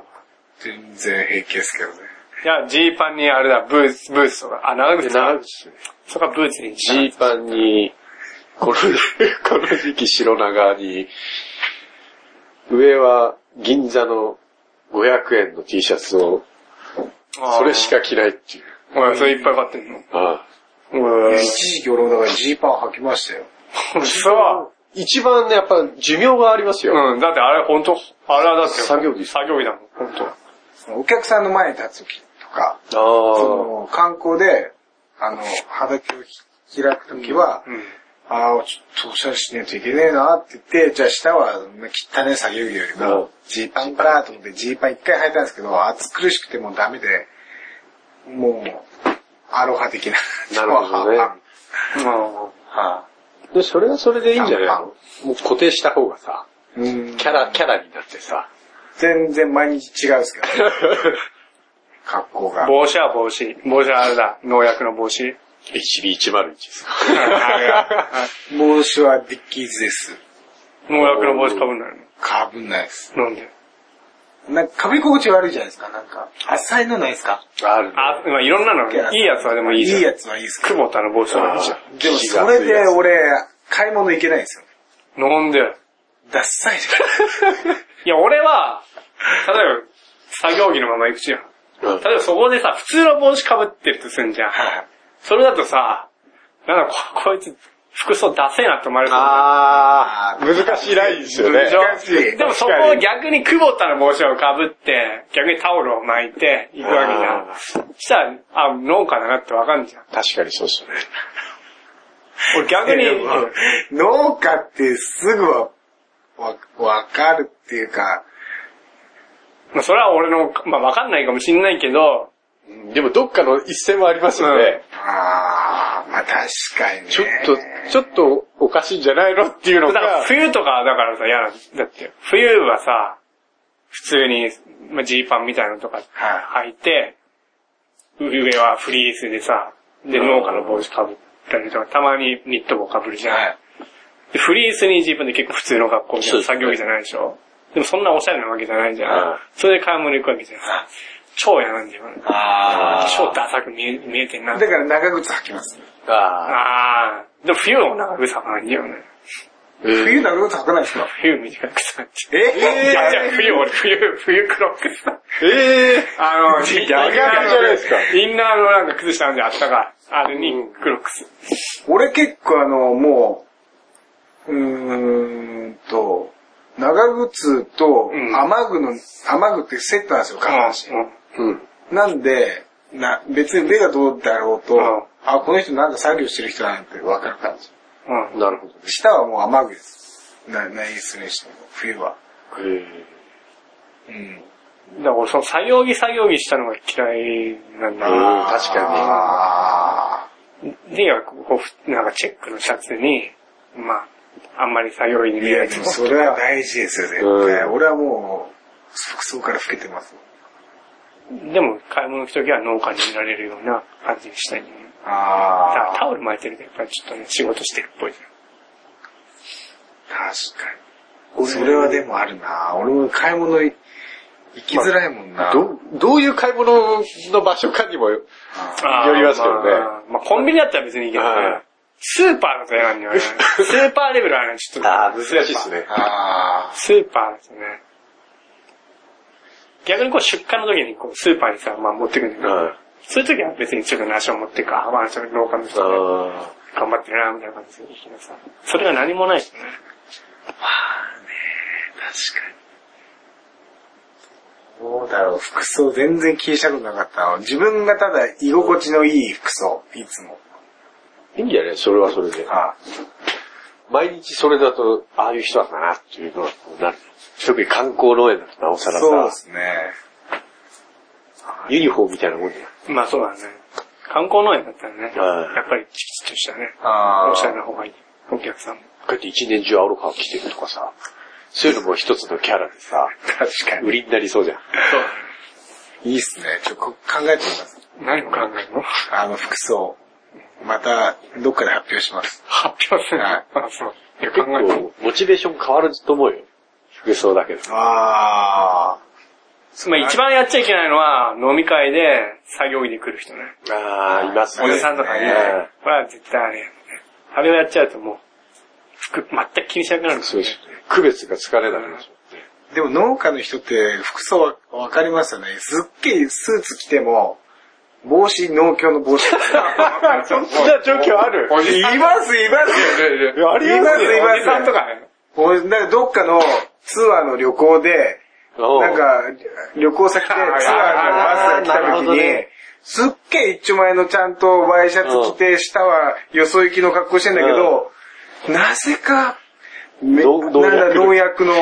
Speaker 2: 全然平気ですけどね。
Speaker 1: いや、ジーパンにあれだ、ブーツ、ブーツとか。あ、長靴
Speaker 4: で、
Speaker 1: か
Speaker 4: 長。靴ね。
Speaker 1: そっか、ブーツに
Speaker 4: ジーパンに、この、この時期白長に、上は銀座の500円の T シャツを、それし。か着ないっていう。
Speaker 1: あーおい、それいっぱい買ってんの
Speaker 4: ああ
Speaker 1: う
Speaker 2: 一時期俺もだからジーパン履きましたよ。
Speaker 1: ん。そう。
Speaker 4: 一番ね、やっぱ寿命がありますよ。
Speaker 1: うん、だってあれ本当あれはだって
Speaker 4: 作業着
Speaker 1: 作業着だもん、本当
Speaker 2: お客さんの前に立つ時とか、そ
Speaker 4: あ
Speaker 2: の観光で、あの、裸を開く時は、
Speaker 1: うん。
Speaker 2: ああ、ちょっとおしゃれしないといけねえなって言って、じゃあ下は汚い作業着より
Speaker 4: うん
Speaker 2: も、ジーパンかなと思ってジーパン一回履いたんですけど、暑苦しくてもうダメで、もう、アロハ的な。
Speaker 4: なる ほどね
Speaker 1: ま
Speaker 2: は
Speaker 4: あ。で、それはそれでいいんじゃないのもう固定した方がさ、
Speaker 2: いうん
Speaker 4: キャラ、キャラになってさ。
Speaker 2: 全然毎日違うんですけど、格好
Speaker 1: あ
Speaker 2: が。
Speaker 1: 帽子は帽子。帽子はあれだ、農薬の帽 子。
Speaker 4: HB101 ですか。
Speaker 1: あれが
Speaker 2: 帽子はディッキーズです。
Speaker 1: 農薬の帽子かぶんない
Speaker 2: かぶんないです。
Speaker 1: の。なんで
Speaker 2: なんか被り心地悪いじゃないですか、なんか。浅いのないですか
Speaker 4: あるね。
Speaker 1: あ、まあいろんなの、いいやつはでもいいじゃん。
Speaker 2: いいやつはいいですか
Speaker 1: 久保田の帽子は
Speaker 4: あ
Speaker 1: いい
Speaker 4: る
Speaker 1: じ
Speaker 4: じ
Speaker 1: ゃ
Speaker 4: ゃ
Speaker 1: ん。
Speaker 4: ん
Speaker 2: でもそれで俺、買い物行けないんですよ。
Speaker 1: なんで
Speaker 2: ダッサいじ
Speaker 1: いや、俺は、例えば、作業着のまま行くじゃん。
Speaker 4: うん
Speaker 1: 例えばそこでさ、普通の帽子かぶってるとすんじゃん。それだとさ、なんかこ、こいつ、服装ダセえなって思われると思う
Speaker 4: あー、難しいラインですよね
Speaker 1: でし。ょ
Speaker 2: 難しい
Speaker 1: でもそこを逆に久保田の帽子をかぶって、逆にタオルを巻いて行くわけじゃん
Speaker 4: あ。
Speaker 1: したら、あ、農家だなってわかんじゃん。
Speaker 4: 確かにそうですよね。
Speaker 1: 俺逆に、
Speaker 2: ゃん。農家ってすぐは、わ、わかるっていうか、
Speaker 1: まあそれは俺の、まあわかんないかもしんないけど、
Speaker 4: でもどっかの一線はありますよね。
Speaker 2: あー、まあ確かにね。
Speaker 4: ちょっと、ちょっとおかしいんじゃないのっていうの
Speaker 1: だから
Speaker 4: が、
Speaker 1: 冬とかだからさ、嫌なんだって。冬はさ、普通にまあジーパンみたいなのとか
Speaker 2: は
Speaker 1: 履いて、上はフリースでさ、で農家の帽子かぶったりとか、たまにニット帽かぶるじゃん。
Speaker 2: はい。
Speaker 1: でフリースにジーパンで結構普通の格好じゃ。
Speaker 4: そうんですね
Speaker 1: 作業着じゃないでしょ。でもそんなおしゃれなわけじゃないじゃ
Speaker 4: うんん。
Speaker 1: それで買い物行くわけじゃん。超嫌なんだよ。
Speaker 2: あ
Speaker 1: 超ダサく見え見えてんな
Speaker 2: だ。から長靴履きます。
Speaker 4: あ
Speaker 1: あー。でも冬の長靴履かないんだよね。
Speaker 4: ーうん
Speaker 2: 冬長靴履かないですか
Speaker 1: 冬短くさっちゃう。
Speaker 2: え
Speaker 1: いやいや、冬俺、冬、冬黒くさ。
Speaker 4: ええ
Speaker 1: あ の、
Speaker 4: 逆じゃないですか
Speaker 1: インナーのなんか靴下なんであったかい。あれに黒くす。
Speaker 2: 俺結構あの、もう、うーんと、長靴と
Speaker 1: うん
Speaker 2: 雨具の、雨具ってセットなんですよ、下半身。
Speaker 4: うん。
Speaker 2: なんで、な、別に目がどうだろうと、
Speaker 1: うん
Speaker 2: あ、この人なんか作業してる人だなんて分かる感じ。
Speaker 1: うん。うん。
Speaker 4: なるほどね。
Speaker 2: 下はもう雨具です。な、ナイスにしても、冬は。
Speaker 4: え
Speaker 2: うん。
Speaker 1: だから俺その作業着作業着したのが嫌いなんだ
Speaker 4: う
Speaker 1: よ
Speaker 4: ん確か
Speaker 2: あ
Speaker 1: で、こう、なんかチェックのシャツに、まあ、あんまり作業着に
Speaker 2: ー
Speaker 1: 見
Speaker 2: い
Speaker 1: えな
Speaker 2: や、
Speaker 1: いけ
Speaker 2: で
Speaker 1: ど
Speaker 2: も。それは大事ですよ、絶対。
Speaker 4: うん
Speaker 2: 俺はもう、服装から老けてます。
Speaker 1: でも、買い物行くときは農家に見られるような感じにしたいね。だから
Speaker 2: あ
Speaker 1: タオル巻いてるとやっぱりちょっとね、仕事してるっぽいじ
Speaker 2: 確かに。それはでもあるな俺も買い物い行きづらいもんな、
Speaker 4: に。ど、どういう買い物の場所かにも、よ
Speaker 1: ゃん。
Speaker 4: りますけどね
Speaker 1: まあ。まあ、コンビニだったら別にいいけど
Speaker 4: は
Speaker 1: ね
Speaker 4: い。
Speaker 1: スーパーだと嫌なんだ よね。スーパーレベルはね、ちょっと。
Speaker 4: 難しいですね。
Speaker 2: あ
Speaker 1: スーパーですね。逆にこう出荷の時にこうスーパーにさ、まあ持ってくんだけど、
Speaker 4: はい。
Speaker 1: そういう時は別にちょっと梨を持ってくか、まあ、それ農家の人で
Speaker 4: あ
Speaker 1: 頑張ってるな、みたいな感じで行きなさ。それが何もない。
Speaker 2: どうだろう、服装全然気にしたことなかった。自分がただ居心地のいい服装、いつも。
Speaker 4: あ。いいんじゃないそれはそれで。
Speaker 2: あ
Speaker 4: 毎日それだと、ああいう人なんだなっていうのはなる。特に観光農園だとなおさら
Speaker 2: そうで
Speaker 4: さ、
Speaker 2: すね。
Speaker 4: ユニフォームみたいなもんじ
Speaker 1: まあそうだね。観光農園だったらね、
Speaker 4: はい
Speaker 1: やっぱりチキチキとしたね、
Speaker 2: あ
Speaker 1: おしゃれ
Speaker 2: あ。
Speaker 1: な方がいい。お客さんも。
Speaker 4: こうやって一年中アロハを着てるとかさ、そういうのも一つのキャラでさ、
Speaker 2: 確か
Speaker 4: 売りになりそうじゃん。
Speaker 2: に。いいっすね。ちょっとこ考えてみます。
Speaker 1: 何を考えるの
Speaker 2: あの服装。また、どっかで発表します。
Speaker 1: 発表するの
Speaker 2: はい
Speaker 1: あ、そう。いや、
Speaker 4: 結
Speaker 1: 考えて
Speaker 4: 構、モチベーション変わると思うよ。服装だけど。
Speaker 2: ああ。
Speaker 1: まあ一番やっちゃいけないのは、飲み会で作業着で来る人ね。
Speaker 4: ああ、います
Speaker 1: おじさんとかね
Speaker 4: うん。
Speaker 1: これは絶対あれやね。あれをやっちゃうともう、服、全く気にしなくなる。
Speaker 4: そうです。区別がつかれないでしょ。
Speaker 2: でも農家の人って服装はわかりますよね。すっげえスーツ着ても、帽子、農協の帽子。
Speaker 4: そんな状況ある
Speaker 2: います、います
Speaker 4: いやありますよ
Speaker 2: いま
Speaker 1: お
Speaker 2: す、います。
Speaker 1: じさんとかね。
Speaker 2: おなんかどっかのツアーの旅行で、なんか、旅行先でツアーのバスが来た時に、すっげえ一丁前のちゃんとワイシャツ着て、下はよそ行きの格好してんだけど、なぜか、め
Speaker 4: 農
Speaker 2: なん
Speaker 4: 農薬
Speaker 2: だ、農薬の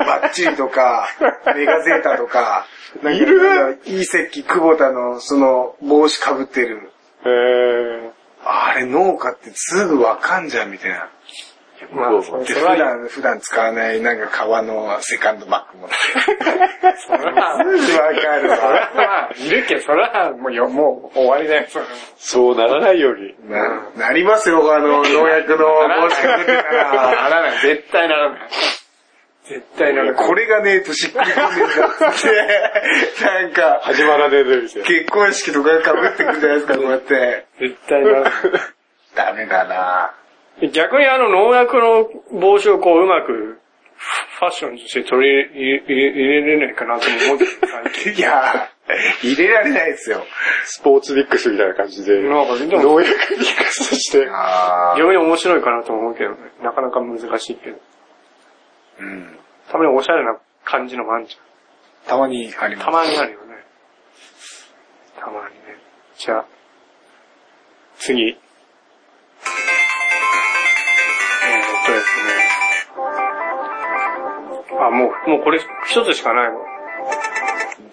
Speaker 2: バッチリとか、メガゼータとか、なんか、なんかいい石器、久保田のその帽子かぶってる。
Speaker 1: へ
Speaker 2: あれ農家ってすぐわかんじゃんみたいな。
Speaker 1: まあ、それ
Speaker 2: で普
Speaker 1: は、
Speaker 2: 段、普段使わないなんか革のセカンドバッグも。
Speaker 1: それは、
Speaker 2: わかる
Speaker 1: それ
Speaker 2: わ。
Speaker 1: はいるけど、それはもうよ、もう終わりだよ、それは
Speaker 4: そうならないように。
Speaker 2: ななりますよ、あの、農薬の帽子が出てから。
Speaker 1: らない、絶対ならない。絶対ならない。
Speaker 2: これがねえとしっくりこんでんだっつって、なんか、
Speaker 4: 始まらねえぞ、みたいな。
Speaker 2: 結婚式とか被ってくるじゃないですか、こうやって。
Speaker 1: 絶対ならない。
Speaker 2: ダメだな
Speaker 1: 逆にあの農薬の帽子をこううまくファッションとして取り入れ入れ入れれないかなとも思ってたんだけ
Speaker 2: いや入れられないですよ。
Speaker 4: スポーツミックスみたいな感じで、
Speaker 1: ど、
Speaker 4: 農
Speaker 1: なんかでも
Speaker 4: 薬ミックスして、
Speaker 2: あー
Speaker 1: 逆に面白いかなとも思うけどね、なかなか難しいけど。
Speaker 2: うん。
Speaker 1: たまにおしゃれな感じのもあんじゃ
Speaker 2: たまにあり
Speaker 1: ん。
Speaker 2: ます。
Speaker 1: たまにあるよね。たまにね。じゃあ、次。えーっとですね。あ、もう、もうこれ一つしかないわ。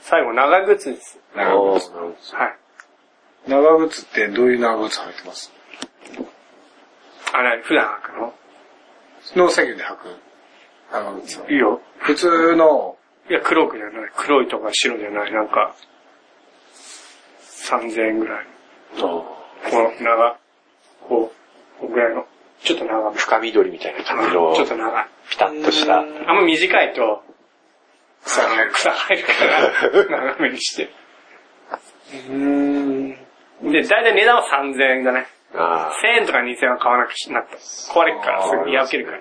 Speaker 1: 最後、長靴です。
Speaker 2: 長靴。
Speaker 1: はい。
Speaker 2: 長靴ってどういう長靴履いてます
Speaker 1: あれ、普段履くの
Speaker 2: 農作業で履く長靴。
Speaker 1: いいよ。
Speaker 2: 普通の、
Speaker 1: いや、黒くじゃない。黒いとか白じゃない。なんか、3000円ぐらい。この長、こう、こうぐらいの。ちょっと長め。
Speaker 4: 深緑みたいな感じの、
Speaker 1: ちょっと長い。
Speaker 4: ピタッとした。
Speaker 1: あんま短いと、
Speaker 2: 草が入る。
Speaker 1: 草生えるから、長めにして。うーん。で、だいたい値段は3000円だね。
Speaker 4: ああ
Speaker 1: 1000円とか2000円は買わなくなった。壊れるから、すぐ破けるから。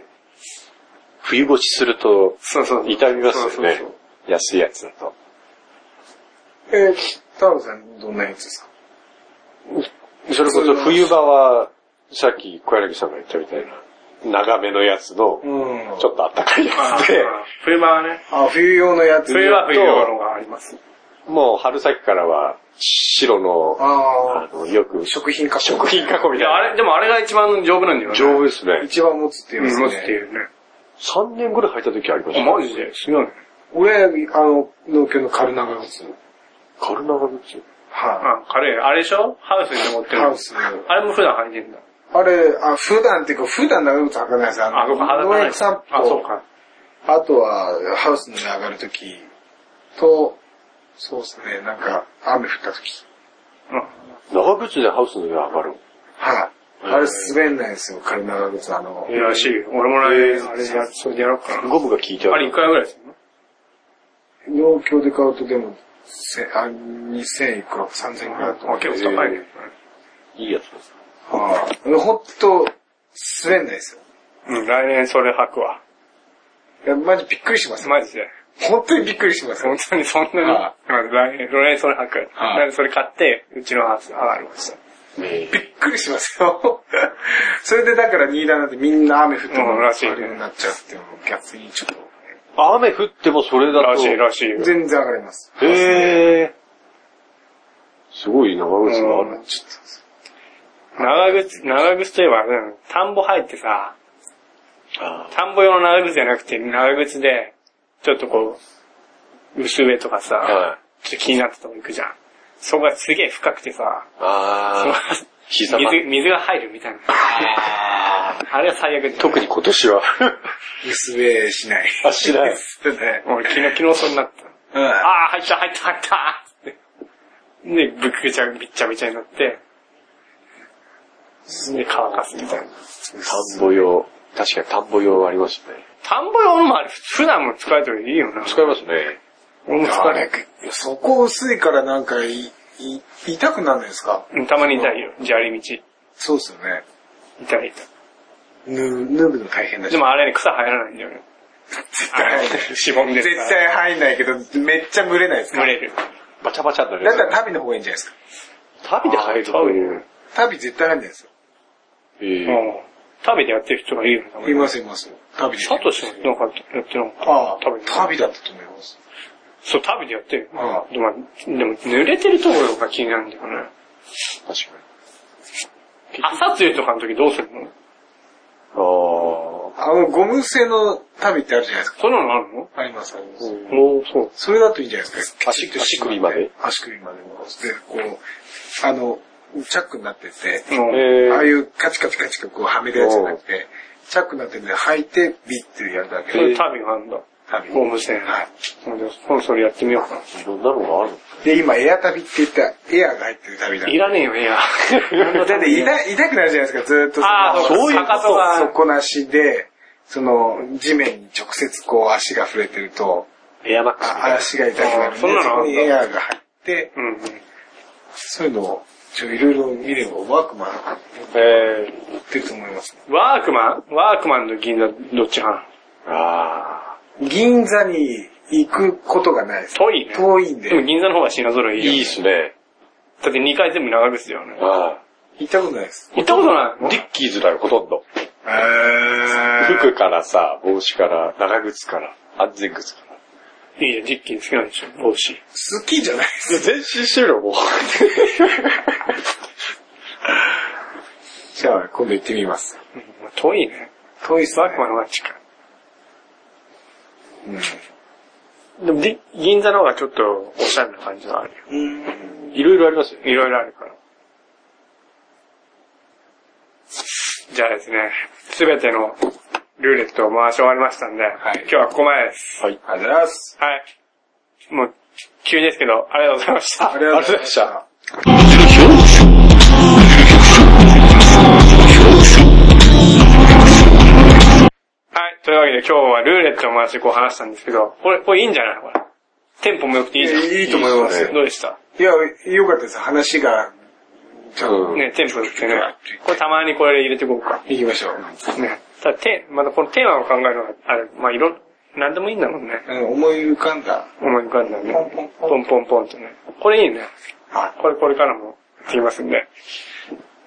Speaker 4: 冬越しすると、
Speaker 1: そうそうそう。
Speaker 4: 痛みますよね
Speaker 1: そうそうそう
Speaker 4: 安いやつだと。
Speaker 2: えー、タオルさんどんなやつですか
Speaker 4: それこそ冬場は、さっき小柳さんが言ったみたいな、長めのやつの、
Speaker 2: うん。
Speaker 4: ちょっとあったかいや
Speaker 1: まあ
Speaker 4: つで、
Speaker 1: 冬場はね、
Speaker 2: あ、冬用のやつ。
Speaker 1: 冬は冬用のがあります。
Speaker 4: もう春先からは、白の、
Speaker 2: あ
Speaker 4: あの、よく、
Speaker 2: 食品加工。
Speaker 4: 食品加工み
Speaker 1: い
Speaker 4: たい
Speaker 1: や、あ
Speaker 4: な。
Speaker 1: れ、でもあれが一番丈夫なんだよね。
Speaker 4: 丈夫ですね。
Speaker 2: 一番持つって言いますね。
Speaker 1: 持つっていうね。
Speaker 4: 3年ぐらい履いた時ありました。
Speaker 1: マジですごいね。
Speaker 2: 俺、あの、農協のカルナガです。
Speaker 4: カルナガですよ。
Speaker 2: は
Speaker 1: あ、軽い。あれでしょハウスに持って
Speaker 2: い。
Speaker 1: る。
Speaker 2: ハウス。
Speaker 1: あれも普段履いてんだ。
Speaker 2: あれ、あ、普段っていうか、普段長靴履かないです。あ
Speaker 1: あ、そ
Speaker 2: の、
Speaker 1: うか、裸
Speaker 2: 農
Speaker 1: ない。あ、
Speaker 2: 薬散歩。
Speaker 1: そうか。
Speaker 2: あとは、ハウスに上がるときと、そうですね、なんか、雨降ったとき。
Speaker 4: 長靴でハウスの上上がる。
Speaker 2: はい。あれ滑んないですよ、カルナガ靴。あの
Speaker 1: い、やらしい。俺も来年、あれでや、それでやろうかな。
Speaker 4: ゴムが効いて
Speaker 1: あ
Speaker 4: あ
Speaker 1: れ一
Speaker 4: る。
Speaker 1: 回ぐらいですよね。
Speaker 2: 農協で買うとでも、せあ2000いくら、3000いくらだと思
Speaker 1: あ
Speaker 2: う。
Speaker 1: 結構高いね。
Speaker 4: いいやつです。
Speaker 2: はい。ほんと、滑んないですよ。
Speaker 1: うん、来年それ履くわ。
Speaker 2: いや、マジびっくりしま す。
Speaker 1: マジで。
Speaker 2: 本当にびっくりします。
Speaker 1: 本当にそんなに、
Speaker 2: は
Speaker 1: 来ロレンソの白、
Speaker 2: はい
Speaker 1: なんでそれ買って、うちのハウス上がりました。
Speaker 4: え
Speaker 2: びっくりしますよ。それでだから新潟なんてみんな雨降って
Speaker 1: う
Speaker 2: も
Speaker 1: んらしいね
Speaker 2: 上がるようになっちゃうっていうのも逆にちょっ
Speaker 4: ー雨降ってもそれだと。
Speaker 1: らしいらしいよ
Speaker 2: と。。全然上がります。
Speaker 4: へえ。すごい長靴があ
Speaker 1: う
Speaker 4: る
Speaker 1: ん。長靴、長靴といえば、うん田んぼ入ってさ、
Speaker 4: あ
Speaker 1: 田んぼ用の長靴じゃなくて、長靴で、ちょっとこう、薄上とかさ、
Speaker 4: はい
Speaker 1: ちょっと気になったとこ行くじゃん。そこがすげえ深くてさ、 そ
Speaker 4: あ
Speaker 1: の
Speaker 4: あ。膝が
Speaker 1: 水水が入るみたいな。あれは最悪だよ
Speaker 4: 特に今年は。
Speaker 2: 薄めしない。
Speaker 4: あ、しない。
Speaker 2: でね。
Speaker 1: 俺昨日、昨日そうになった。
Speaker 2: うん。
Speaker 1: ああ、入った入った入ったつって。で、ぶっくちゃびっちゃびちゃになって、で、乾かすみたいな。
Speaker 4: 田んぼ用。確かに田んぼ用ありましたね。
Speaker 1: 田んぼ用のもあれ、普段も使えてもいいよな。
Speaker 4: 使いますね。
Speaker 1: 俺も使
Speaker 2: あ
Speaker 1: えない
Speaker 2: れ。、そこ薄いからなんかい、い、痛くなんないですか
Speaker 1: うんたまに痛いよ。砂利道。
Speaker 2: そうですよね。
Speaker 1: 痛い痛
Speaker 2: 脱ぐ、脱ぐの大変だ
Speaker 1: い。
Speaker 2: し。
Speaker 1: でもあれね、草生えらないんだよね。しぼんでる
Speaker 2: 絶
Speaker 1: から。
Speaker 2: 対入んないけど、めっちゃ蒸れないですか
Speaker 1: 蒸れる。
Speaker 4: バチャバチャになりま
Speaker 2: だっ
Speaker 4: す
Speaker 2: た
Speaker 4: ね
Speaker 2: ら。旅の方がいいんじゃないですか。
Speaker 4: 旅で入るという。
Speaker 2: 旅絶対入んないですよ。
Speaker 1: う
Speaker 4: ええ。
Speaker 1: ん。食べてやってる人がいるよね。
Speaker 2: いますいますよ。旅で。
Speaker 1: サトシの方やってるのか
Speaker 2: ああ、
Speaker 1: 旅で
Speaker 2: 旅だったと思います。
Speaker 1: そう、旅でやってる。
Speaker 2: ああ
Speaker 1: でも、でも濡れてるところが気になるんだよね。
Speaker 4: 確かに。
Speaker 1: 朝露とかの時どうするの
Speaker 4: ああ。
Speaker 2: あの、ゴム製の旅ってあるじゃないですか。
Speaker 1: そんなのあるの
Speaker 2: あります、あります。
Speaker 1: おー、そう。
Speaker 2: それだといいんじゃないですか。
Speaker 4: 足足首まで
Speaker 2: 足首までも。で、こう、あの、チャックになってて、
Speaker 1: うん
Speaker 4: え
Speaker 2: ああ
Speaker 4: え。
Speaker 2: いうカチカチカチがこうはめるやつじゃなくて、チャックになってて、履いて、ビッてやるだけ
Speaker 1: そうい
Speaker 2: で
Speaker 1: う、旅があるんだ。
Speaker 2: 旅。
Speaker 1: ホームセン。
Speaker 2: はい。
Speaker 1: 今度それやってみようか
Speaker 4: いろんなのがあるの
Speaker 2: で、今、エア旅って言って、エアが入ってる旅だ
Speaker 1: な。。いらねえよ、エア。
Speaker 2: だって痛痛くなるじゃないですか、ずーっと。
Speaker 1: あー
Speaker 2: その
Speaker 1: そういうこと
Speaker 2: かかとが底なしで、その、地面に直接こう足が触れてると、
Speaker 4: エアマックスみたい
Speaker 2: あ足が痛くなるん
Speaker 1: あー
Speaker 2: で、
Speaker 1: そ
Speaker 2: そ
Speaker 1: んなのあ
Speaker 2: こ
Speaker 1: るんだ
Speaker 2: にエアーが入って、
Speaker 1: うんうん。
Speaker 2: そういうのを、ちょ、いろいろ見れば、ワークマン
Speaker 4: な。え
Speaker 2: 売ってると思います。
Speaker 1: ワークマンワークマンの銀座どっち派
Speaker 4: え。ああ。
Speaker 2: 銀座に行くことがないです。
Speaker 1: 遠いね。
Speaker 2: 遠いんで
Speaker 1: でも、銀座の方が品揃えいいよ。
Speaker 4: いいっすね。
Speaker 1: だって2回全部長靴だよね。
Speaker 4: あ
Speaker 2: 行ったことないです。
Speaker 1: 行ったことない
Speaker 4: あ。
Speaker 1: の
Speaker 4: リッキーズだよ、ほとんど。
Speaker 2: へー。
Speaker 4: 服からさ、帽子から、長靴から、安全靴から。
Speaker 1: いいよ、実機好きなんでしょ、帽子。
Speaker 2: 好きじゃないです。
Speaker 4: 全身して るのもう。
Speaker 2: じゃあ、今度行ってみます。
Speaker 1: うんまあ遠いね。
Speaker 2: 遠いっすね
Speaker 1: ワークマンの方が近い。
Speaker 2: うん
Speaker 1: でもじ、銀座の方がちょっとおしゃれな感じがあるよ。
Speaker 4: いろいろありますよね。
Speaker 1: いろいろあるから。じゃあですね、すべてのルーレットを回し終わりましたんで、
Speaker 2: い
Speaker 1: 今日はここまでです。
Speaker 4: は
Speaker 2: あ
Speaker 4: い。
Speaker 2: りがとうございます。
Speaker 1: はい。もう、急ですけど、ありがとうございました。
Speaker 2: ありがとうございました。
Speaker 1: はい。というわけで今日はルーレットの話でこう話したんですけど、これ、これいいんじゃないこれ。テンポも良くていいじゃん。
Speaker 2: いやいいと思いますよ
Speaker 1: どうでした
Speaker 2: いや、よかったです。話が、ちょっ
Speaker 4: うん
Speaker 1: ね、テンポ良くてね。これたまにこれ入れていこうか。
Speaker 2: と、行きましょう。
Speaker 1: ね。ただ、て、またこのテーマを考えるのは、あれ、まあ、いろ、なんでもいいんだもんね。
Speaker 2: うん思い浮かんだ。
Speaker 1: 思い浮かんだね。
Speaker 2: ポンポ
Speaker 1: ポン
Speaker 2: ン
Speaker 1: ポンポンとね。これいいね。
Speaker 2: は
Speaker 1: これ、これからもやってきますんで。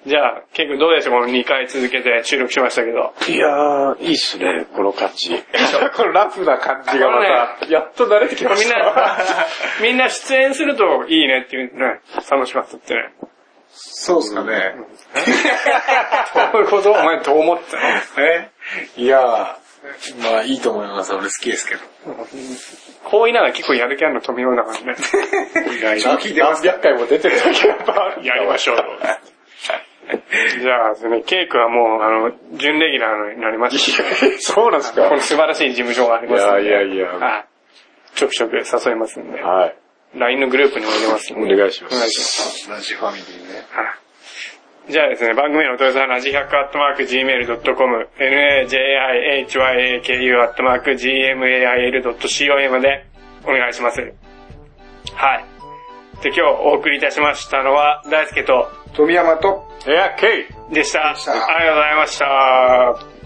Speaker 1: じゃあ、ケイ君どうでしょうこの2回続けて収録しましたけど。
Speaker 4: いやー、いいっすね、この感 じ。このラフな感じが
Speaker 1: これね
Speaker 4: また、やっと慣れてきま
Speaker 1: みん
Speaker 4: し
Speaker 1: な
Speaker 4: た。、
Speaker 1: みんな出演するといいねっていうね、楽しかったってね。
Speaker 2: そうっすかね。
Speaker 1: どういうことお前どう思ったの
Speaker 2: えいやー、まあいいと思います。俺好きですけど。
Speaker 1: こう言いながら結構やる気あるの富山だからね。意外な。
Speaker 2: 聞いてます
Speaker 4: 何百回も出てる時やっぱある。
Speaker 1: やりま しょう。じゃあですね、ケイ君はもう、あの、準レギュラーになりましたね。
Speaker 4: そうなんですか
Speaker 1: こ。の素晴らしい事務所があり
Speaker 4: い
Speaker 1: ますん
Speaker 4: や
Speaker 1: で。
Speaker 4: いやいや。
Speaker 1: はい。ちょくちょく誘いますんで。
Speaker 4: はい。
Speaker 1: LINE のグループにも入れますん
Speaker 4: お
Speaker 1: で。
Speaker 4: 願いしま
Speaker 1: お願い
Speaker 4: す。
Speaker 1: します。
Speaker 2: ラジファミリーね。
Speaker 1: はいじゃあですね、番組へのお問い合わせは、ラジハックアットマーク Gmail.com、najihyaku アットマーク gmail.com までお願いします。はい。で、今日お送りいたしましたのは、大輔と
Speaker 2: 富山と
Speaker 4: エアケイ
Speaker 1: でした。
Speaker 2: した
Speaker 1: ありがとうございました。